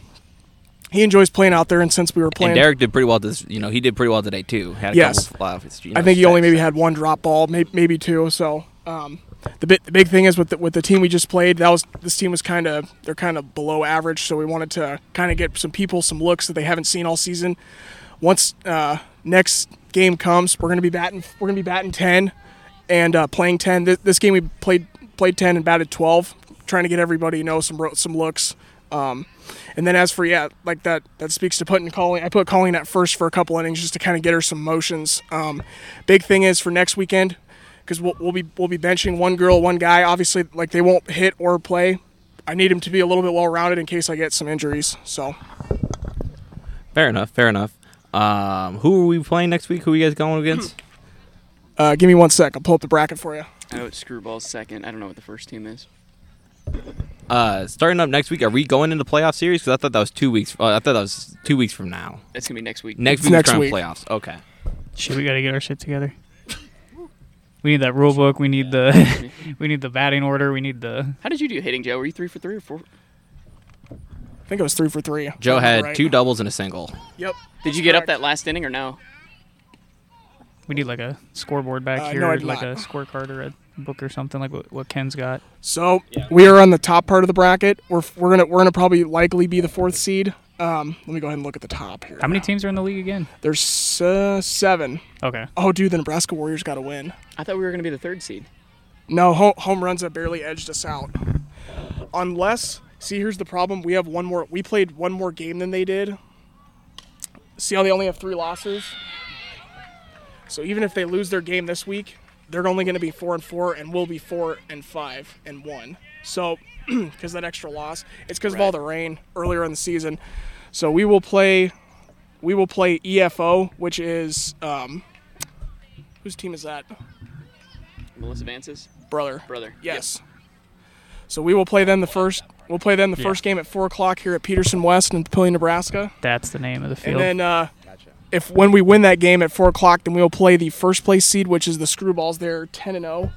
he enjoys playing out there. And since we were playing,
And Derek did pretty well. This, you know, he did pretty well today too. Had a
Yes.
couple of, uh, you know,
I think he only
stats.
maybe had one drop ball, maybe, maybe two. So um, the bit, the big thing is with the, with the team we just played, that was this team was kind of they're kind of below average. So we wanted to kind of get some people some looks that they haven't seen all season. Once uh, next game comes, we're gonna be batting we're gonna be batting ten and uh, playing ten. This, this game we played played ten and batted twelve, trying to get everybody you know some ro- some looks. Um, and then as for yeah, like that that speaks to putting Colleen. I put Colleen at first for a couple innings just to kind of get her some motions. Um, big thing is for next weekend because we'll, we'll be we'll be benching one girl, one guy. Obviously, like they won't hit or play. I need him to be a little bit well rounded in case I get some injuries. So
Fair enough. Fair enough. Um, who are we playing next week? Who are you guys going against?
uh, give me one sec. I'll pull up the bracket for you.
I know Oh, it's Screwball's second. I don't know what the first team is.
Uh, starting up next week, are we going into playoff series? Because I thought that was two weeks. Uh, I thought that was two weeks from now.
That's gonna be next week.
Next
It's
week,
next
next week.
week.
playoffs. Okay.
Shit, we gotta get our shit together. [LAUGHS] We need that rule book. We need the, [LAUGHS] we need the batting order. We need the.
How did you do hitting, Joe? Were you three for three or four?
I think it was three for three.
Joe had
Right.
two doubles and a single.
Yep.
Did you get up
Correct.
that last inning or no?
We need like a scoreboard back
Uh,
here,
no, I did
like
not.
a scorecard or a book or something like what, what Ken's got.
So we are on the top part of the bracket. We're we're gonna we're gonna probably likely be the fourth seed. Um, let me go ahead and look at the top here.
How many teams are in the league again?
There's uh, seven.
Okay.
Oh, dude, the Nebraska Warriors got to win.
I thought we were gonna be the third seed.
No, home, home runs have barely edged us out. Unless, see, here's the problem: we have one more. We played one more game than they did. See how they only have three losses. So even if they lose their game this week, they're only going to be four and four, and we'll be four and five and one. So, [CLEARS THROAT] because that extra loss, it's because of all the rain earlier in the season. So we will play, we will play EFO, which is um, whose team is that,
Melissa Vance's
brother?
brother.
Yes. So we will play them the first. We'll play them the first game at four o'clock here at Peterson West in Papillion, Nebraska,
That's the name of the
and
field.
then uh, if when we win that game at four o'clock, then we'll play the first place seed, which is the Screwballs. They're ten and zero.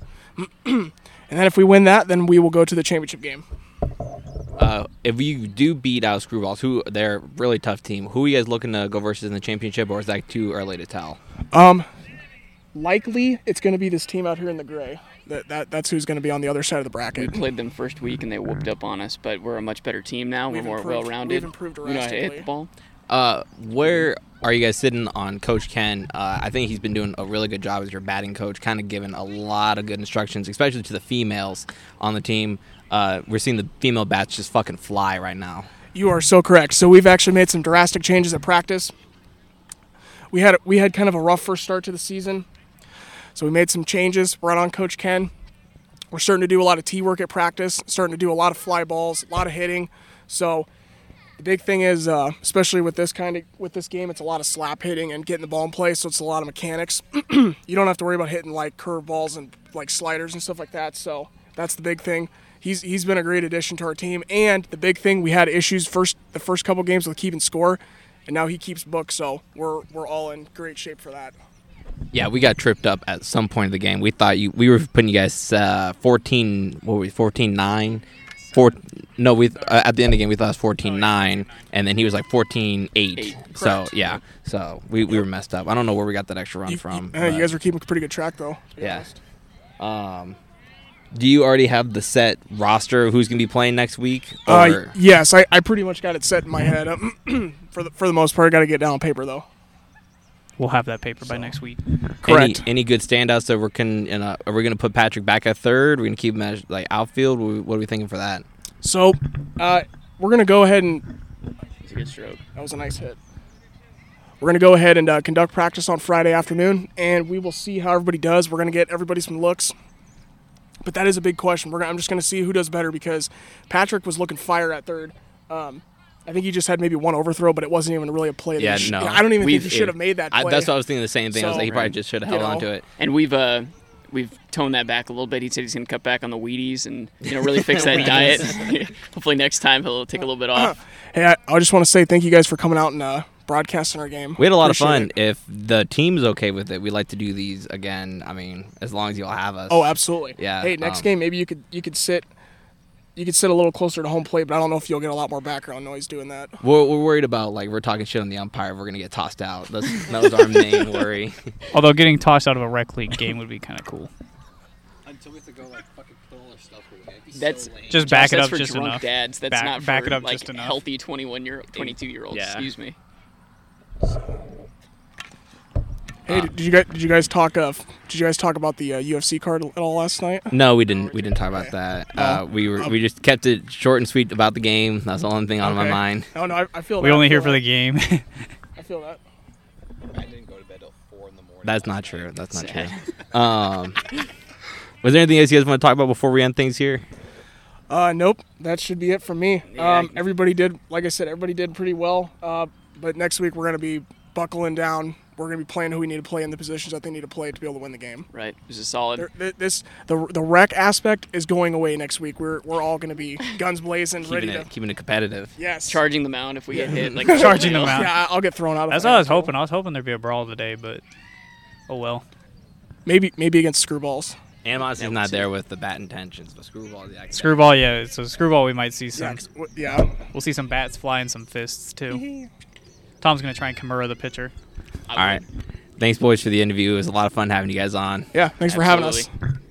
[CLEARS THROAT] And then if we win that, then we will go to the championship game.
Uh, if you do beat out Screwballs, who they're a really tough team. Who are you guys looking to go versus in the championship, or is that too early to tell?
Likely, it's going to be this team out here in the gray. That, that that's who's going to be on the other side of the bracket.
Played them first week and they whooped up on us, but we're a much better team now.
We've
we're more
improved- we've
well-rounded.
improved
We know how to hit
drastically.
the ball.
Uh, where are you guys sitting on Coach Ken? Uh, I think he's been doing a really good job as your batting coach, kind of giving a lot of good instructions, especially to the females on the team. Uh, we're seeing the female bats just fucking fly right now.
You are so correct. So we've actually made some drastic changes at practice. We had we had kind of a rough first start to the season, so we made some changes. We're out on Coach Ken. We're starting to do a lot of T work at practice. Starting to do a lot of fly balls, a lot of hitting. So the big thing is, uh, especially with this kind of with this game, it's a lot of slap hitting and getting the ball in play. So it's a lot of mechanics. [CLEARS THROAT] you don't have to worry about hitting like curveballs and like sliders and stuff like that. So that's the big thing. He's he's been a great addition to our team. And the big thing we had issues first the first couple games with keeping score, and now he keeps book. So we're we're all in great shape for that.
Yeah, we got tripped up at some point of the game. We thought you we were putting you guys uh, 14 what were we 14-9 Four, no, we uh, at the end of the game we thought it was 14-9 and then he was like 14-8. So,
Correct.
yeah. So, we, we were messed up. I don't know where we got that extra run
You-
from.
you, uh, you
but-
guys were keeping pretty good track though. to be
Yeah.
honest.
Do you already have the set roster of who's going to be playing next week?
Uh,
Or-
yes, I, I pretty much got it set in my head. Um, [CLEARS THROAT] for the for the most part, I got to get it down on paper though.
we'll have that paper by next week.
Correct.
Any, any good standouts that we're can and, uh, are we going to put Patrick back at third? We're going to keep him as like outfield. What are we- what are we thinking for that?
So uh, we're gonna go ahead and
It's a good stroke.
That was a nice hit. We're going to go ahead and uh, conduct practice on Friday afternoon, and we will see how everybody does. We're going to get everybody some looks. But that is a big question. We're gonna, I'm just going to see who does better because Patrick was looking fire at third. Um, I think he just had maybe one overthrow, but it wasn't even really a play. that
Yeah,
he sh-
no.
I don't even
We've-
think he should have made that play.
I, that's what I was thinking. The same thing. I was
So-
like, he probably just should have
You
held on
know.
to it.
And we've uh, we've toned that back a little bit. He said he's going to cut back on the Wheaties and you know
[LAUGHS]
really fix that diet. [LAUGHS] Hopefully next time he'll take a little bit off.
hey, I, I just want to say thank you guys for coming out and uh, broadcasting our game.
We had a lot
Appreciate
of fun.
it.
If the team's okay with it, we like to do these again. I mean, as long as you'll have us.
Oh, absolutely.
Yeah,
Hey, next
um,
game maybe you could you could sit. You could sit a little closer to home plate, but I don't know if you'll get a lot more background noise doing that.
We're, we're worried about like we're talking shit on the umpire. We're gonna get tossed out. That's, that [LAUGHS] was our main worry.
Although getting tossed out of a rec league game would be kind of
[LAUGHS]
cool.
Until we have to go like fucking kill our stuff with it.
That's
Just
Josh,
back it
that's
up
for
just
drunk
enough.
dads. That's
Back-
not for
back it up
like
just enough.
healthy 21 year 22 year olds.
Yeah.
Excuse me.
Hey,
Uh,
did you guys did you guys talk uh, f- did you guys talk about the uh, UFC card at all last night?
No, we didn't. We didn't talk about that. Uh, we were we just kept it short and sweet about the game. That's the only thing on my
Okay.
mind.
Oh, No, no, I, I feel
We
that, I
only
feel
here for the game. [LAUGHS]
that. I feel that.
I didn't go to bed till four in the morning.
That's not true. That's not true. [LAUGHS] Um, was there anything else you guys want to talk about before we end things here?
Uh, nope, that should be it from me.
Yeah,
um,
I-
everybody did, like I said, everybody did pretty well. Uh, but next week we're gonna be buckling down. We're gonna be playing who we need to play in the positions that they need to play to be able to win the game.
Right. It was a solid.
There- th- This the the rec aspect is going away next week. We're we're all gonna be guns blazing, ready
Keeping
to
it keeping it competitive.
yes.
Charging the mound if we get hit.
[LAUGHS]
Like
Charging the mound.
Yeah, I- I'll get thrown out. if
That's
I
what I was
have to.
hoping. I was hoping there'd be a brawl today, but oh well.
Maybe maybe against screwballs.
Amos is not there with the bat intentions, but screwball the action.
Screwball, yeah. So screwball, we might see
Yeah,
some.
'cause w- yeah.
We'll see some bats flying, some fists too. Tom's gonna try and Kimura the pitcher.
All right. Thanks, boys, for the interview. It was a lot of fun having you guys on.
Yeah, thanks for having us.
Absolutely.